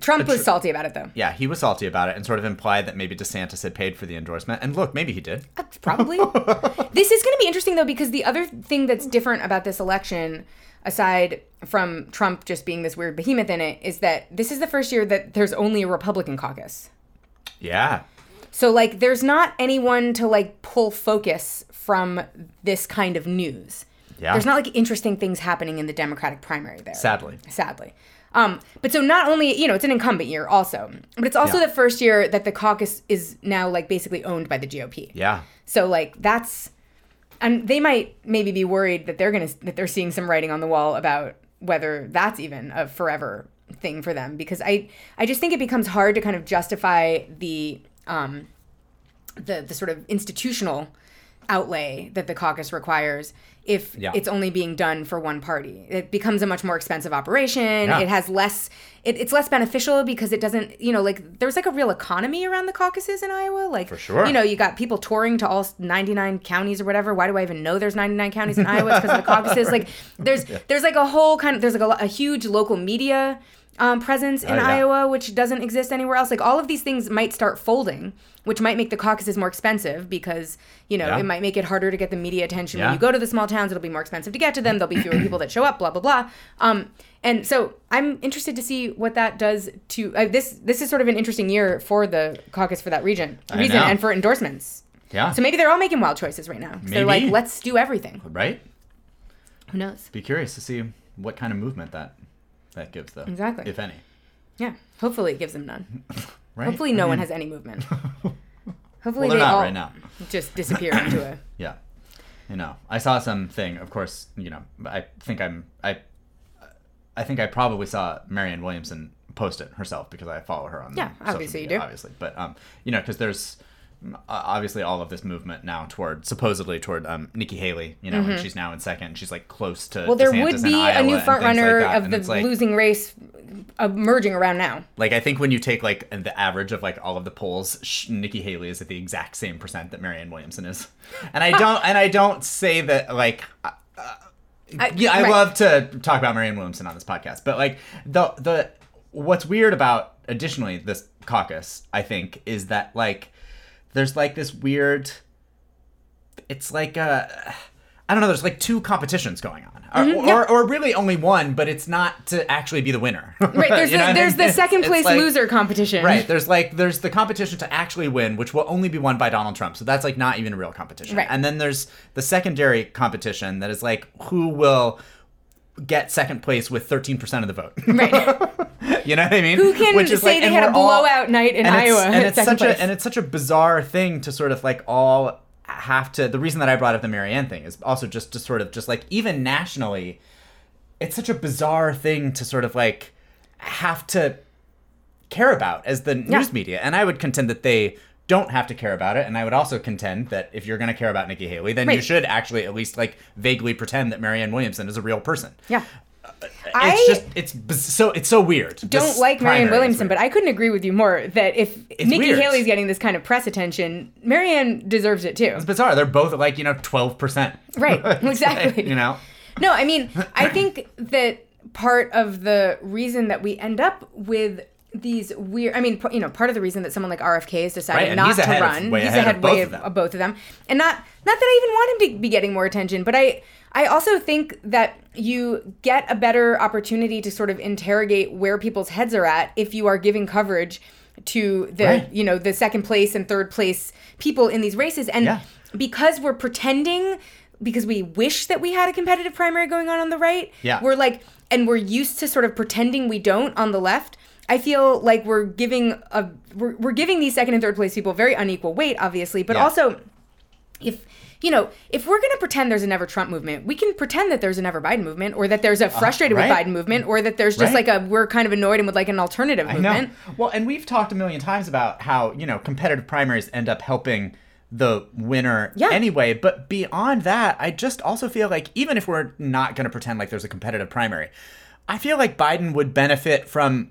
S1: Trump was salty about it though.
S2: yeah, he was salty about it and sort of implied that maybe DeSantis had paid for the endorsement. And look, maybe he did.
S1: Uh, Probably. this is going to be interesting though because the other thing that's different about this election aside from Trump just being this weird behemoth in it is that this is the first year that there's only a Republican caucus.
S2: Yeah.
S1: So like there's not anyone to like pull focus from this kind of news.
S2: Yeah.
S1: There's not like interesting things happening in the Democratic primary there.
S2: Sadly.
S1: Sadly. Um, but so not only, you know, it's an incumbent year also, but it's also
S2: Yeah.
S1: the first year that the caucus is now like basically owned by the GOP.
S2: Yeah.
S1: So like that's and they might maybe be worried that they're going to that they're seeing some writing on the wall about whether that's even a forever thing for them because I I just think it becomes hard to kind of justify the um the the sort of institutional outlay that the caucus requires if
S2: Yeah.
S1: it's only being done for one party. It becomes a much more expensive operation.
S2: Yeah.
S1: It has less it, it's less beneficial because it doesn't, you know, like there's like a real economy around the caucuses in Iowa. Like for
S2: sure.
S1: you know, you got people touring to all 99 counties or whatever. Why do I even know there's 99 counties in Iowa? It's because of the caucuses. Like there's there's like a whole kind of there's like a, lo- a huge local media um, presence in
S2: Oh, yeah.
S1: Iowa. Iowa, which doesn't exist anywhere else. Like all of these things might start folding, which might make the caucuses more expensive because, you know,
S2: Yeah.
S1: it might make it harder to get the media attention
S2: Yeah.
S1: when you go to the small towns. It'll be more expensive to get to them. There'll be fewer people that show up, blah, blah, blah. Um, and so I'm interested to see what that does to uh, this. This is sort of an interesting year for the caucus for that region, reason
S2: know.
S1: and for endorsements.
S2: Yeah.
S1: So maybe they're all making wild choices right now. 'cause They're like,
S2: Maybe.
S1: let's do everything.
S2: right?
S1: Who knows?
S2: Be curious to see what kind of movement that that gives, though.
S1: Exactly.
S2: If any.
S1: Yeah. Hopefully it gives them none.
S2: Right.
S1: Hopefully no one has any movement. Hopefully
S2: Well, they're
S1: they
S2: not
S1: all
S2: right now.
S1: just disappear into a
S2: Yeah. You know, I saw something. Of course, you know, I think I'm I. I think I probably saw Marianne Williamson post it herself because I follow her on
S1: Yeah,
S2: social
S1: obviously you
S2: media,
S1: do.
S2: obviously. But um, you know, because there's mm, o- obviously all of this movement now toward supposedly toward um Nikki Haley. You know, and she's now in second. and She's like close to
S1: Mm-hmm. Well, there
S2: DeSantis
S1: would
S2: in
S1: be a
S2: Iowa
S1: new
S2: and
S1: front
S2: things like
S1: runner
S2: that,
S1: of
S2: and
S1: the
S2: it's like,
S1: losing race emerging around now.
S2: Like I think when you take like the average of like all of the polls, sh- Nikki Haley is at the exact same percent that Marianne Williamson is, and I don't and I don't say that like uh, uh, yeah I
S1: right.
S2: love to talk about Marianne Williamson on this podcast, but like the the what's weird about additionally this caucus I think is that like there's like this weird it's like uh I don't know. There's like two competitions going on, or,
S1: Mm-hmm,
S2: or, or really only one, but it's not to actually be the winner.
S1: Right, there's
S2: You know
S1: the,
S2: what I
S1: there's
S2: mean?
S1: the second
S2: It's
S1: place
S2: like-
S1: loser competition.
S2: Right. There's like there's the competition to actually win, which will only be won by Donald Trump. So that's like not even a real competition.
S1: Right.
S2: And then there's the secondary competition that is like who will get second place with 13% of the vote.
S1: Right.
S2: you know what I mean?
S1: Who can say they
S2: and
S1: had a
S2: we're all-
S1: blowout night in
S2: and
S1: Iowa
S2: It's, and
S1: at
S2: it's
S1: second
S2: such
S1: place?
S2: a and it's such a bizarre thing to sort of like all have to the reason that I brought up the Marianne thing is also just to sort of just like even nationally it's such a bizarre thing to sort of like have to care about as the news media. And I would contend that they don't have to care about it. And I would also contend that if you're going to care about Nikki Haley, then you
S1: Right.
S2: should actually at least like vaguely pretend that Marianne Williamson is a real person.
S1: Yeah.
S2: It's
S1: I
S2: just, it's biz- so, it's so weird.
S1: don't like Marianne Williamson, but I couldn't agree with you more that if Nikki
S2: weird.
S1: Haley's getting this kind of press attention, Marianne deserves it too.
S2: It's bizarre. They're both like, you know, 12%.
S1: Right.
S2: It's like,
S1: Exactly.
S2: you know?
S1: No, I mean, I think that part of the reason that we end up with these weird, I mean, p- you know, part of the reason that someone like RFK has
S2: Right,
S1: decided
S2: and
S1: not
S2: he's
S1: to
S2: ahead of-
S1: run,
S2: way
S1: he's
S2: ahead of
S1: ahead
S2: both
S1: way
S2: of them.
S1: both of them, and not not that I even want him to be getting more attention, but I I also think that you get a better opportunity to sort of interrogate where people's heads are at if you are giving coverage to the
S2: Right.
S1: you know the second place and third place people in these races and
S2: Yeah.
S1: because we're pretending because we wish that we had a competitive primary going on on the right
S2: Yeah.
S1: we're like and we're used to sort of pretending we don't on the left i feel like we're giving a we're, we're giving these second and third place people very unequal weight obviously but
S2: Yeah.
S1: also if you know if we're going to pretend there's a never trump movement we can pretend that there's a never biden movement or that there's a frustrated
S2: Uh-huh. right.
S1: with biden movement or that there's just
S2: Right.
S1: like a we're kind of annoyed and would like an alternative
S2: I
S1: movement
S2: know. Well, and we've talked a million times about how, you know, competitive primaries end up helping the winner
S1: Yeah.
S2: anyway. But beyond that, I just also feel like even if we're not going to pretend like there's a competitive primary, I feel like Biden would benefit from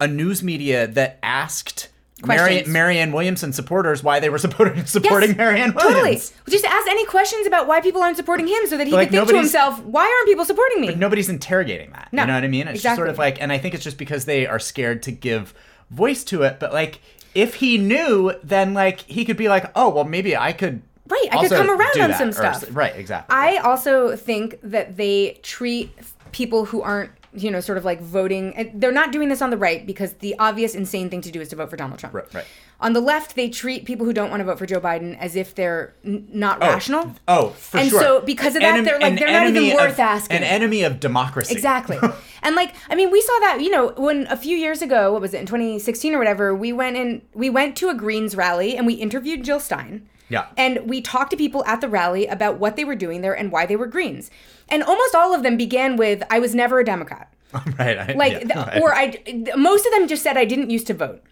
S2: a news media that asked Mary,
S1: Questions.
S2: Marianne Williamson supporters why they were supporting, supporting Marianne Williamson.
S1: Totally. Just ask any questions about why people aren't supporting him so that he
S2: Like,
S1: can think to
S2: nobody's-
S1: himself, why aren't people supporting me?
S2: nobody's interrogating that.
S1: No,
S2: you know what I mean? It's just sort of
S1: exactly.
S2: like, and I think it's just because they are scared to give voice to it. But like, if he knew, then like he could be like, oh well, maybe I could.
S1: Right, I could
S2: also
S1: come around
S2: do
S1: on
S2: that,"
S1: some
S2: or-
S1: stuff.
S2: right, exactly.
S1: I also think that they treat people who aren't, you know, sort of like voting. and They're not doing this on the right because the obvious insane thing to do is to vote for Donald Trump.
S2: Right, right.
S1: On the left, they treat people who don't want to vote for Joe Biden as if they're n- not rational.
S2: Oh, for
S1: and
S2: sure.
S1: so because of that,
S2: Enem-
S1: they're
S2: an
S1: like they're not
S2: enemy
S1: even worth
S2: of-
S1: asking.
S2: An enemy of democracy.
S1: Exactly. and like, I mean, we saw that, you know, when a few years ago, what was it, in 2016 or whatever, we went and we went to a Greens rally and we interviewed Jill Stein.
S2: Yeah.
S1: And we talked to people at the rally about what they were doing there and why they were Greens. And almost all of them began with, I was never a Democrat.
S2: right. I,
S1: Like,
S2: yeah,
S1: th-
S2: right.
S1: or I, th- most of them just said, I didn't used to vote.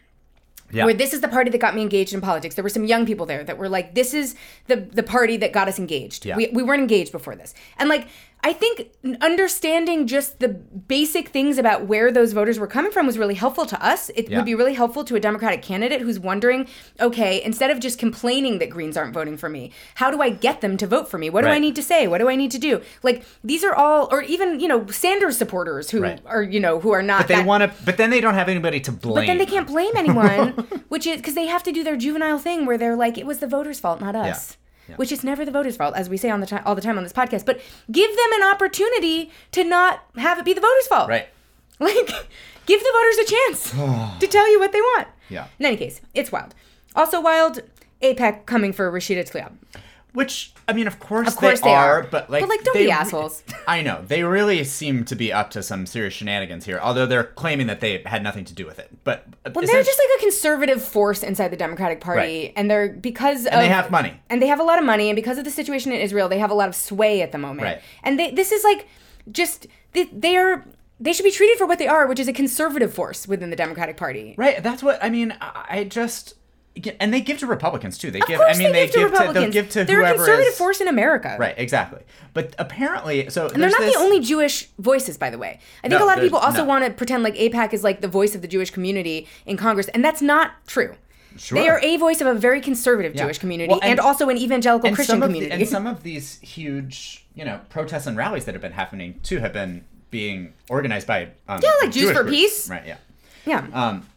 S2: Yeah.
S1: where this is the party that got me engaged in politics. There were some young people there that were like, this is the the party that got us engaged.
S2: Yeah.
S1: We, we weren't engaged before this. And like, I think understanding just the basic things about where those voters were coming from was really helpful to us. It
S2: Yeah.
S1: would be really helpful to a Democratic candidate who's wondering, okay, instead of just complaining that Greens aren't voting for me, how do I get them to vote for me? What do I
S2: Right.
S1: need to say? What do I need to do? Like, these are all, or even, you know, Sanders supporters who
S2: Right.
S1: are, you know, who are not.
S2: But they
S1: that-
S2: want to, but then they don't have anybody to blame.
S1: but then they can't blame anyone, which is because they have to do their juvenile thing where they're like, it was the voters' fault, not us.
S2: Yeah.
S1: Which is never the voters' fault, as we say on the ti- all the time on this podcast. But give them an opportunity to not have it be the voters' fault.
S2: Right. Oh.
S1: Like, give the voters a chance to tell you what they want.
S2: Yeah.
S1: In any case, it's wild. Also wild, APEC coming for Rashida Tlaib.
S2: Which I mean, of course,
S1: Of course
S2: they, are, But like,
S1: like, don't
S2: they
S1: be
S2: re-
S1: assholes.
S2: I know they really seem to be up to some serious shenanigans here. Although they're claiming that they had nothing to do with it. But
S1: Well, they're just like a conservative force inside the Democratic Party,
S2: Right.
S1: and they're because
S2: and they have money.
S1: and they have a lot of money and because of the situation in israel they have a lot of sway at the moment
S2: Right.
S1: and they, this is like just they, they are they should be treated for what they are which is a conservative force within the democratic party
S2: Right. That's what I mean. I I just and they give to Republicans too. They
S1: of
S2: give.
S1: course
S2: I mean,
S1: they, give, to
S2: they'll
S1: republicans
S2: give to
S1: they're a
S2: whoever
S1: conservative
S2: is-
S1: force in america
S2: Right. Exactly. But apparently, so
S1: and they're not the only Jewish voices, by the way. I think a
S2: No,
S1: lot of
S2: there's-
S1: people also
S2: no.
S1: want to pretend like APAC is like the voice of the Jewish community in Congress, and that's not true.
S2: Sure.
S1: They are a voice of a very conservative Jewish community
S2: Well,
S1: and,
S2: and-
S1: also an evangelical Christian
S2: some of the-
S1: community.
S2: and some of these huge, you know, protests and rallies that have been happening too have been being organized by um, yeah,
S1: like Jews for Peace.
S2: right? Yeah.
S1: yeah.
S2: Um,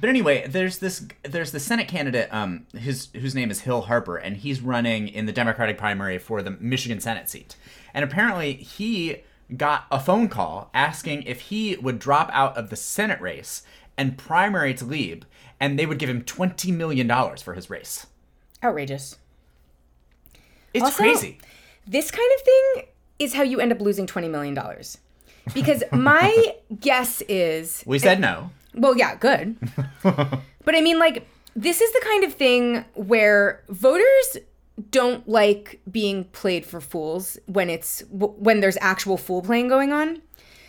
S2: but anyway, there's this there's the Senate candidate um, whose whose name is Hill Harper, and he's running in the Democratic primary for the Michigan Senate seat. And apparently, he got a phone call asking if he would drop out of the Senate race and primary to Lieb, and they would give him twenty million dollars for his race.
S1: Outrageous.
S2: It's
S1: Also-
S2: crazy.
S1: this kind of thing is how you end up losing $20 million. Because my guess is,
S2: We said no.
S1: well, yeah, good. but I mean, like, this is the kind of thing where voters don't like being played for fools when it's when there's actual fool playing going on.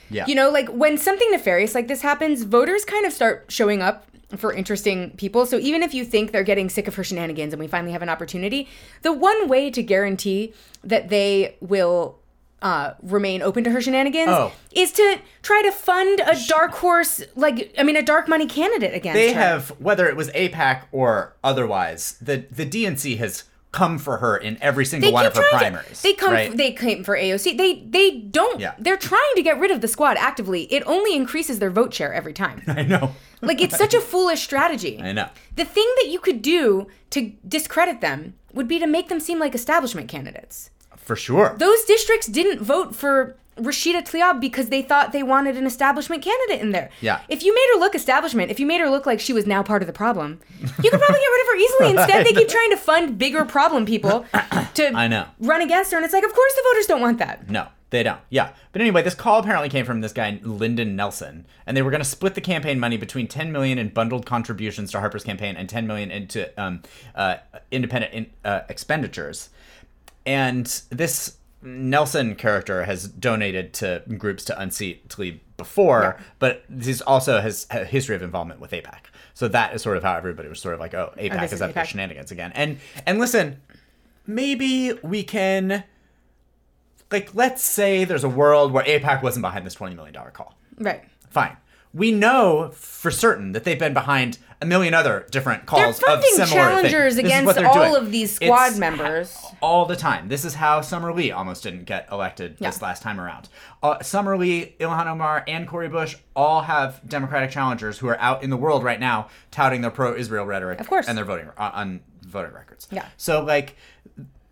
S2: Yeah.
S1: You know, like when something nefarious like this happens, voters kind of start showing up for interesting people. So even if you think they're getting sick of her shenanigans and we finally have an opportunity, the one way to guarantee that they will uh, remain open to her shenanigans
S2: Oh.
S1: is to try to fund a dark horse, like I mean, a dark money candidate against
S2: they
S1: her.
S2: have whether it was APAC or otherwise, the the DNC has come for her in every single
S1: They
S2: one
S1: keep
S2: of her
S1: trying
S2: primaries.
S1: To, they come.
S2: right?
S1: They came for AOC. They they don't.
S2: Yeah.
S1: They're trying to get rid of the squad actively. It only increases their vote share every time.
S2: I know.
S1: Like it's such a foolish strategy.
S2: I know.
S1: The thing that you could do to discredit them would be to make them seem like establishment candidates.
S2: For sure.
S1: Those districts didn't vote for Rashida Tlaib because they thought they wanted an establishment candidate in there.
S2: Yeah.
S1: If you made her look establishment, if you made her look like she was now part of the problem, you could probably get rid of her easily. Instead, they keep trying to fund bigger problem people to
S2: I know.
S1: run against her, and it's like, of course the voters don't want that.
S2: no, they don't. Yeah. But anyway, this call apparently came from this guy Lyndon Nelson, and they were going to split the campaign money between 10 million in bundled contributions to Harper's campaign and 10 million into um, uh, independent in, uh, expenditures. And this Nelson character has donated to groups to unseat Tlaib before, but this also has a history of involvement with APAC. So that is sort of how everybody was sort of like, oh, APAC
S1: this
S2: is
S1: is
S2: up to
S1: AIPAC.
S2: shenanigans again. And and listen, maybe we can like let's say there's a world where APAC wasn't behind this $20 million call.
S1: Right.
S2: Fine. We know for certain that they've been behind a million other different
S1: They're
S2: calls of
S1: funding
S2: similar
S1: challengers
S2: things. This is what
S1: against
S2: they're
S1: all
S2: doing.
S1: of these squad
S2: It's-
S1: members.
S2: all the time. This is how Summer Lee almost didn't get elected this
S1: Yeah.
S2: last time around. Uh, Summer Lee, Ilhan Omar, and Cory Bush all have Democratic challengers who are out in the world right now touting their pro-Israel rhetoric, of
S1: course.
S2: and their voting on, on voting records.
S1: Yeah.
S2: So like,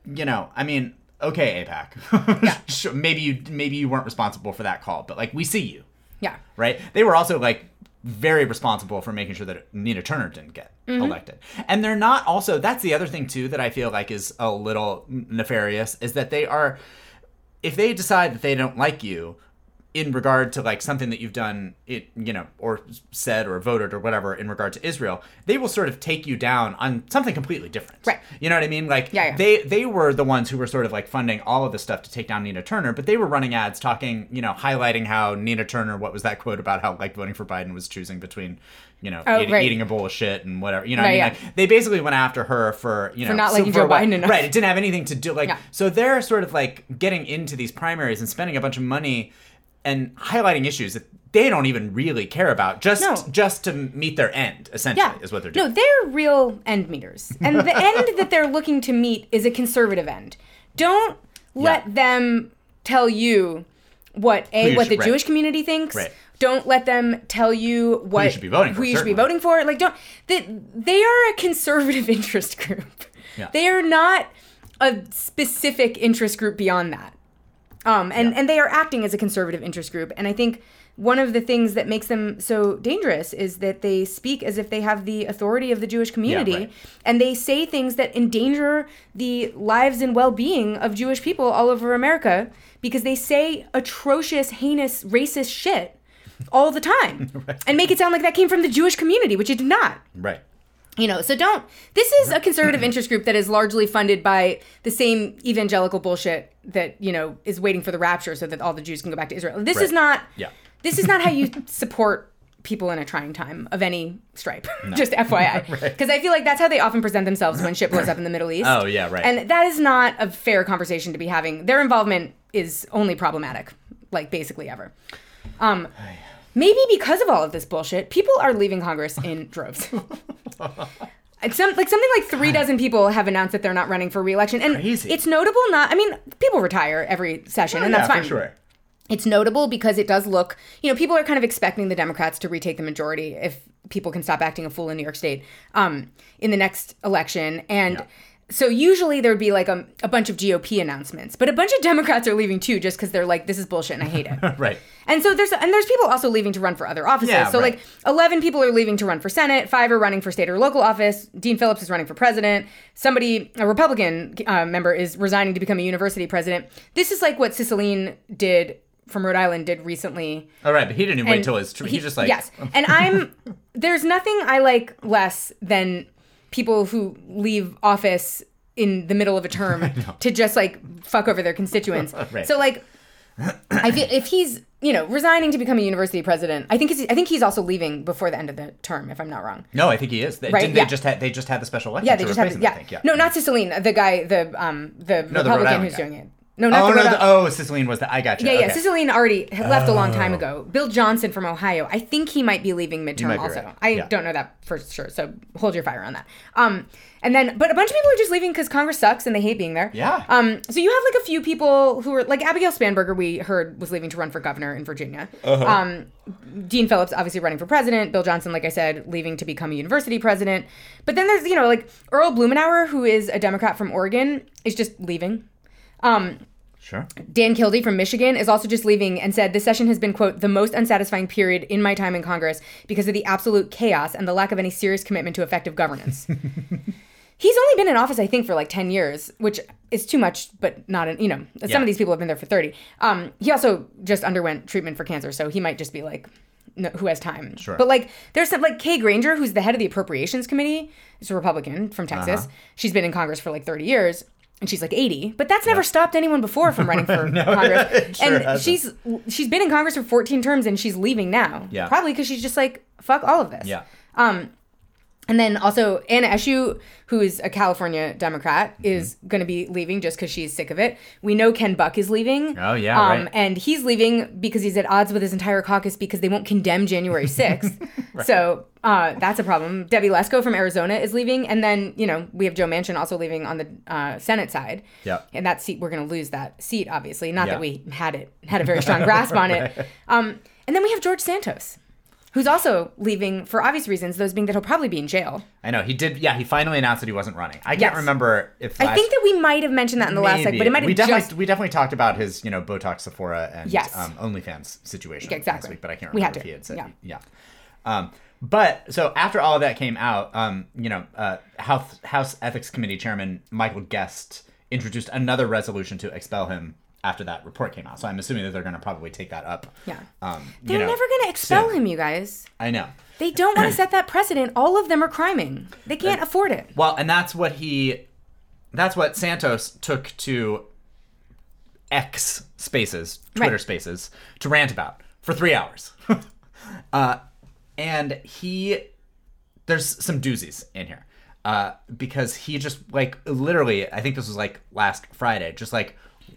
S2: you know, I mean, okay, APAC. Sure, maybe you maybe you weren't responsible for that call, but like we see you,
S1: Yeah.
S2: right? They were also like very responsible for making sure that Nina Turner didn't get elected. And they're not also that's the other thing too that I feel like is a little nefarious is that they are if they decide that they don't like you, in regard to like something that you've done it you know or said or voted or whatever in regard to Israel they will sort of take you down on something completely different
S1: Right.
S2: you know what i mean like
S1: Yeah, yeah.
S2: they they were the ones who were sort of like funding all of this stuff to take down Nina Turner but they were running ads talking you know highlighting how Nina Turner what was that quote about how like voting for Biden was choosing between you know
S1: Oh,
S2: eat-
S1: right.
S2: eating a bowl of shit and whatever you know
S1: Right,
S2: what I
S1: yeah.
S2: mean like they basically went after her for you know
S1: not
S2: so
S1: liking
S2: for
S1: Joe
S2: what-
S1: Biden enough.
S2: right it didn't have anything to do like
S1: Yeah.
S2: so they're sort of like getting into these primaries and spending a bunch of money and highlighting issues that they don't even really care about just
S1: No.
S2: just to meet their end essentially
S1: Yeah.
S2: is what they're doing
S1: No, they're real end meters. And the end that they're looking to meet is a conservative end. Don't let
S2: Yeah.
S1: them tell you what a
S2: you
S1: what
S2: should-
S1: the
S2: right.
S1: Jewish community thinks.
S2: Right.
S1: Don't let them tell you what
S2: should be voting
S1: who
S2: for,
S1: you should be voting
S2: certainly.
S1: for. Like don't they, they are a conservative interest group.
S2: Yeah.
S1: They are not a specific interest group beyond that. Um, and, and they are acting as a conservative interest group. And I think one of the things that makes them so dangerous is that they speak as if they have the authority of the Jewish community
S2: right.
S1: and they say things that endanger the lives and well being of Jewish people all over America because they say atrocious, heinous, racist shit all the time and make it sound like that came from the Jewish community, which it did not
S2: right
S1: you know so don't this is a conservative interest group that is largely funded by the same evangelical bullshit that you know is waiting for the rapture so that all the jews can go back to israel this is
S2: Right.
S1: not
S2: Yeah.
S1: this is not how you support people in a trying time of any stripe just fyi because i feel like that's how they often present themselves when shit blows up in the middle east
S2: Oh, yeah, right.
S1: and that is not a fair conversation to be having their involvement is only problematic like basically ever um maybe because of all of this bullshit people are leaving congress in droves it's some, like something like three dozen people have announced that they're not running for reelection, and
S2: Crazy. Oh,
S1: it's notable. Not, I mean, people retire every session, and that's
S2: yeah,
S1: fine.
S2: for sure
S1: It's notable because it does look, you know, people are kind of expecting the Democrats to retake the majority if people can stop acting a fool in New York State um, in the next election, and.
S2: Yeah.
S1: So usually there'd be like a, a bunch of GOP announcements, but a bunch of Democrats are leaving too, just because they're like, "This is bullshit and I hate it."
S2: right
S1: And so there's and there's people also leaving to run for other offices.
S2: Yeah,
S1: so
S2: right.
S1: like eleven people are leaving to run for Senate, five are running for state or local office. Dean Phillips is running for president. Somebody, a Republican uh, member, is resigning to become a university president. This is like what Cicelyne did from Rhode Island did recently.
S2: all Oh, right but he didn't even wait
S1: And
S2: till his he, he just like
S1: yes. And I'm there's nothing I like less than people who leave office in the middle of a term to just like fuck over their constituents.
S2: Right.
S1: So like I feel if he's you know resigning to become a university president, I think he's, I think he's also leaving before the end of the term, if I'm not wrong.
S2: no i think he is They-
S1: Right,
S2: didn't
S1: yeah.
S2: they just had they just had the special election
S1: Yeah, they
S2: to
S1: just
S2: replace
S1: have
S2: him,
S1: yeah.
S2: I think. yeah
S1: No, not Cicelyne, the guy, the um the Republican
S2: Island
S1: who's
S2: guy.
S1: doing it. No, not
S2: Oh
S1: the
S2: no!
S1: Rhode
S2: The,
S1: Island.
S2: oh, Cicelyne was the I got you.
S1: Yeah,
S2: okay. Oh.
S1: yeah. Cicelyne already had left a long time ago. Bill Johnson from Ohio. I think he might be leaving midterm
S2: might be
S1: also.
S2: right.
S1: I
S2: Yeah.
S1: don't know that for sure. So hold your fire on that. Um, and then, but a bunch of people are just leaving because Congress sucks and they hate being there.
S2: Yeah.
S1: Um, so you have like a few people who are like Abigail Spanberger. We heard was leaving to run for governor in Virginia.
S2: Uh-huh.
S1: Um, Dean Phillips obviously running for president. Bill Johnson, like I said, leaving to become a university president. But then there's you know like Earl Blumenauer, who is a Democrat from Oregon, is just leaving.
S2: sure.
S1: Dan Kildee from Michigan is also just leaving and said this session has been, quote, the most unsatisfying period in my time in Congress because of the absolute chaos and the lack of any serious commitment to effective governance. He's only been in office, I think, for like 10 years, which is too much, but not, an, you know, some
S2: Yeah.
S1: of these people have been there for 30. Um, he also just underwent treatment for cancer, so he might just be like, no, who has time?
S2: Sure.
S1: But like, there's some, like Kay Granger, who's the head of the Appropriations Committee, is a Republican from
S2: Uh-huh.
S1: Texas. She's been in Congress for like 30 years. And she's like 80, but that's never stopped anyone before from running for Congress.
S2: sure
S1: and
S2: hasn't.
S1: she's she's been in Congress for 14 terms, and she's leaving now.
S2: Yeah.
S1: probably because she's just like fuck all of this.
S2: Yeah.
S1: And then also Anna Eshoo, who is a California Democrat,
S2: Mm-hmm.
S1: is going to be leaving just because she's sick of it. We know Ken Buck is leaving. Um,
S2: Oh, yeah, right.
S1: And he's leaving because he's at odds with his entire caucus because they won't condemn January 6th. So uh, that's a problem. Debbie Lesko from Arizona is leaving. And then, you know, we have Joe Manchin also leaving on the uh, Senate side.
S2: Yeah.
S1: And that seat, we're going to lose that seat, obviously. Not
S2: Yeah.
S1: that we had it, had a very strong grasp on it. Um, and then we have George Santos. Who's also leaving for obvious reasons, those being that he'll probably be in jail.
S2: I know he did. Yeah, he finally announced that he wasn't running. I can't
S1: Yes.
S2: remember if last
S1: I think that we might have mentioned that in the last sec,
S2: Maybe.
S1: but it might
S2: we
S1: have
S2: definitely
S1: just
S2: we definitely talked about his you know Botox Sephora and
S1: Yes.
S2: um, OnlyFans situation
S1: Yeah,
S2: last
S1: exactly.
S2: week, but I can't remember
S1: We had
S2: if
S1: to.
S2: he had said
S1: Yeah.
S2: yeah. Um, but so after all of that came out, um, you know, uh, House House Ethics Committee Chairman Michael Guest introduced another resolution to expel him after that report came out. So I'm assuming that they're going to probably take that up.
S1: Yeah.
S2: Um, you
S1: They're
S2: know,
S1: never going to expel
S2: soon.
S1: him, you guys.
S2: I know.
S1: They don't want to set that precedent. All of them are criming. They can't afford it.
S2: Well, and that's what he, that's what Santos took to X spaces, Twitter
S1: Right.
S2: spaces, to rant about for three hours. uh, and he, there's some doozies in here. Uh, because he just like literally, I think this was like last Friday, just like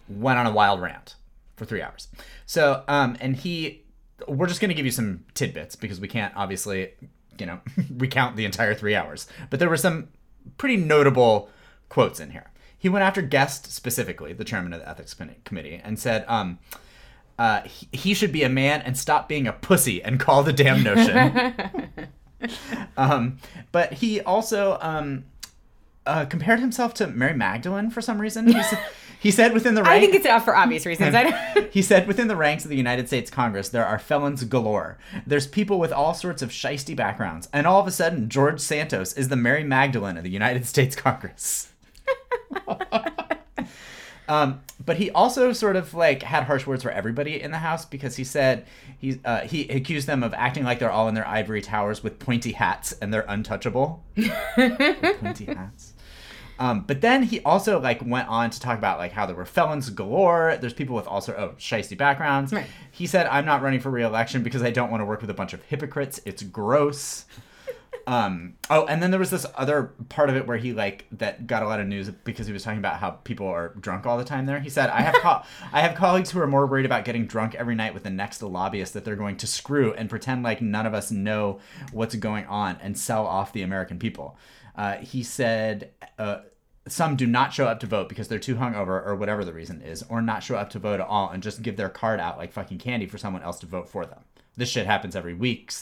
S2: went on a wild rant for three hours. So, um, and he, we're just gonna give you some tidbits because we can't obviously, you know, recount the entire three hours. But there were some pretty notable quotes in here. He went after Guest specifically, the chairman of the ethics Commi- committee, and said, um, uh, he, he should be a man and stop being a pussy and call the damn notion. um, but he also um, uh, compared himself to Mary Magdalene for some reason. He, s- he said within the rank,
S1: I think it's out for obvious reasons. I don't,
S2: he said, within the ranks of the United States Congress, there are felons galore. There's people with all sorts of shisty backgrounds. And all of a sudden, George Santos is the Mary Magdalene of the United States Congress. um, but he also sort of like had harsh words for everybody in the House because he said he, uh, he accused them of acting like they're all in their ivory towers with pointy hats and they're untouchable. pointy hats. Um, but then he also like went on to talk about like how there were felons galore. There's people with also oh shisty backgrounds.
S1: Right.
S2: He said, "I'm not running for re-election because I don't want to work with a bunch of hypocrites. It's gross." um, oh, and then there was this other part of it where he like that got a lot of news because he was talking about how people are drunk all the time there. He said, "I have co- I have colleagues who are more worried about getting drunk every night with the next lobbyist that they're going to screw and pretend like none of us know what's going on and sell off the American people." Uh, he said. Uh, some do not show up to vote because they're too hungover or whatever the reason is, or not show up to vote at all and just give their card out like fucking candy for someone else to vote for them. This shit happens every week,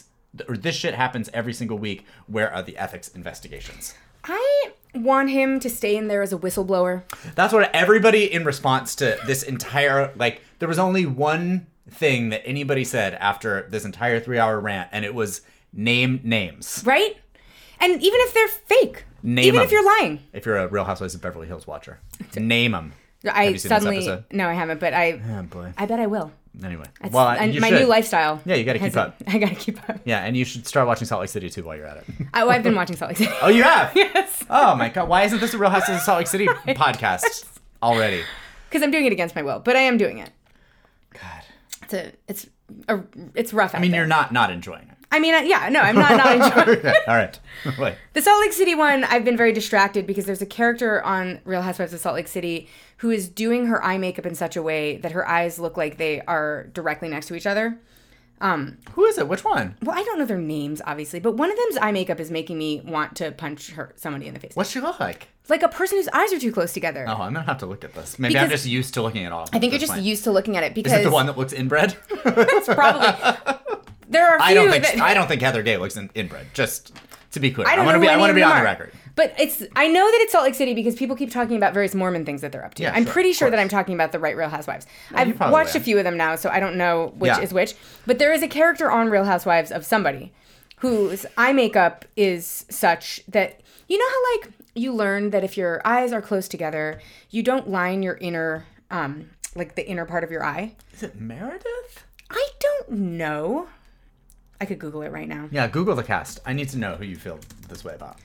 S2: or this shit happens every single week. Where are the ethics investigations?
S1: I want him to stay in there as a whistleblower.
S2: That's what everybody in response to this entire like there was only one thing that anybody said after this entire three hour rant, and it was name names.
S1: right? And even if they're fake,
S2: Name
S1: even
S2: 'em.
S1: if you're lying,
S2: If you're a Real Housewives of Beverly Hills watcher, name them.
S1: I
S2: Have you seen this
S1: suddenly
S2: episode?
S1: no, I haven't, but I,
S2: Oh boy.
S1: I bet I will.
S2: Anyway,
S1: Well, and
S2: you
S1: my new
S2: should.
S1: lifestyle.
S2: Yeah, you gotta
S1: has
S2: keep up.
S1: it- I gotta keep up.
S2: Yeah, and you should start watching Salt Lake City too while you're at it.
S1: I, well, I've been watching Salt Lake City.
S2: Oh, you have?
S1: yes,
S2: Oh my god, why isn't this a Real Houses of Salt Lake City podcast already?
S1: because I'm doing it against my will, but I am doing it.
S2: God.
S1: It's a, it's a, it's rough.
S2: I mean, you're not not enjoying it.
S1: I mean, I- yeah, no, I'm not not enjoying.
S2: Okay, all right. Wait.
S1: The Salt Lake City one, I've been very distracted because there's a character on Real Housewives of Salt Lake City who is doing her eye makeup in such a way that her eyes look like they are directly next to each other.
S2: Who is it? Which one?
S1: Well, I don't know their names, obviously, but one of them's eye makeup is making me want to punch her somebody in the face.
S2: What's she look like?
S1: Like a person whose eyes are too close together.
S2: Oh, I'm gonna have to look at this. Maybe I'm
S1: Because-
S2: just used to looking at all.
S1: I think you're just used to looking at it
S2: Is it
S1: because
S2: the one that looks inbred?
S1: it's probably there are a few
S2: I don't think
S1: that
S2: I don't think Heather Gay looks in, inbred. Just to be clear,
S1: I
S2: I,
S1: don't
S2: want to
S1: know
S2: be
S1: who
S2: I want to
S1: any
S2: be
S1: of
S2: on
S1: them
S2: the
S1: are.
S2: record.
S1: But it's I know that it's Salt Lake City because people keep talking about various Mormon things that they're up to.
S2: Yeah,
S1: I'm
S2: sure,
S1: pretty
S2: of
S1: sure that
S2: course.
S1: I'm talking about the right Real Housewives.
S2: you
S1: I've
S2: probably
S1: watched
S2: are.
S1: a few of them now, so I don't know which
S2: Yeah.
S1: is which. But there is a character on Real Housewives of somebody whose eye makeup is such that you know how like you learn that if your eyes are close together, you don't line your inner um like the inner part of your eye.
S2: Is it Meredith?
S1: I don't know. I could Google it right now.
S2: Yeah, Google the cast. I need to know who you feel this way about.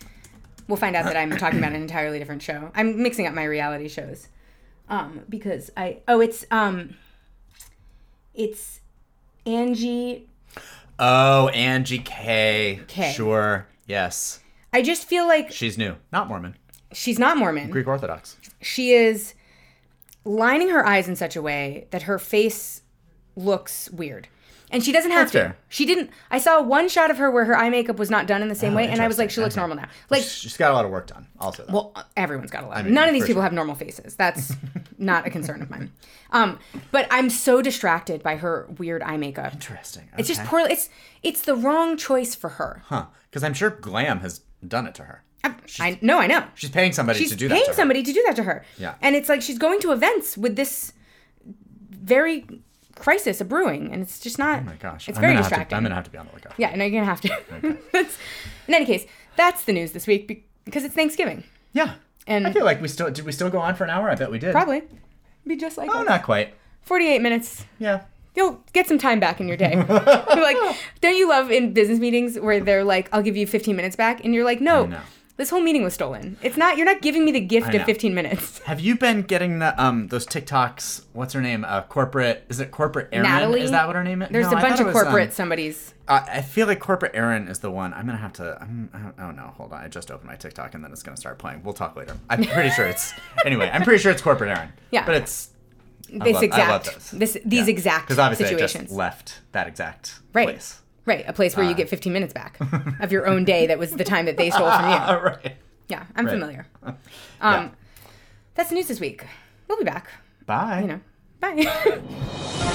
S1: We'll find out that I'm talking about an entirely different show. I'm mixing up my reality shows. Um, because I oh it's um it's Angie
S2: Oh, Angie K.
S1: K.
S2: Sure. Yes.
S1: I just feel like
S2: She's new. Not Mormon.
S1: she's not Mormon.
S2: Greek Orthodox.
S1: She is lining her eyes in such a way that her face looks weird. And she doesn't have
S2: That's
S1: to.
S2: fair.
S1: She didn't I saw one shot of her where her eye makeup was not done in the same way and I was like she
S2: Oh, interesting.
S1: looks
S2: Okay.
S1: normal now. Like
S2: She's got a lot of work done. Also, though.
S1: Well, everyone's got a lot.
S2: mean,
S1: None of these
S2: for
S1: people
S2: sure.
S1: have normal faces. That's not a concern of mine. Um, but I'm so distracted by her weird eye makeup.
S2: interesting.
S1: It's just poorly. It's it's the wrong choice for her.
S2: huh? Because I'm sure Glam has done it to her.
S1: I, I no, I know.
S2: She's paying somebody
S1: She's
S2: to do
S1: paying
S2: that. to her.
S1: somebody to do that to her.
S2: Yeah.
S1: and it's like she's going to events with this very crisis a brewing, and it's just not.
S2: Oh my gosh,
S1: it's
S2: I'm
S1: very
S2: gonna have to-
S1: distracting.
S2: I'm gonna have to be on the lookout.
S1: yeah, no, you're gonna have to. That's- In any case, that's the news this week because it's Thanksgiving.
S2: Yeah.
S1: And-
S2: I feel like we still did. We still go on for an hour. I bet we did.
S1: Probably. Be just like
S2: Oh,
S1: us.
S2: not quite.
S1: 48 minutes.
S2: Yeah.
S1: You'll get some time back in your day. You're like, don't you love in business meetings where they're like, I'll give you 15 minutes back? And you're like, no,
S2: know.
S1: this whole meeting was stolen. It's not, you're not giving me the gift of
S2: know.
S1: 15 minutes.
S2: Have you been getting the um those TikToks? What's her name? Uh, corporate is it corporate Erin?
S1: Natalie?
S2: Is that what her name is?
S1: There's
S2: No,
S1: a
S2: I
S1: bunch
S2: thought
S1: of
S2: it was, um,
S1: corporate somebody's.
S2: I, I feel like corporate Erin is the one. I'm gonna have to. I'm, I don't- oh no, hold on. I just opened my TikTok and then it's gonna start playing. We'll talk later. I'm pretty sure it's anyway. I'm pretty sure it's corporate Erin.
S1: Yeah.
S2: But it's
S1: This
S2: love- I
S1: exact,
S2: love those.
S1: this these exact
S2: because obviously I
S1: situations,
S2: just left that exact
S1: right?
S2: place.
S1: Right, a place where you
S2: uh,
S1: get 15 minutes back of your own day that was the time that they stole from you.
S2: All right.
S1: Yeah, I'm familiar. Um, That's the news this week. We'll be back.
S2: Bye.
S1: You know, bye.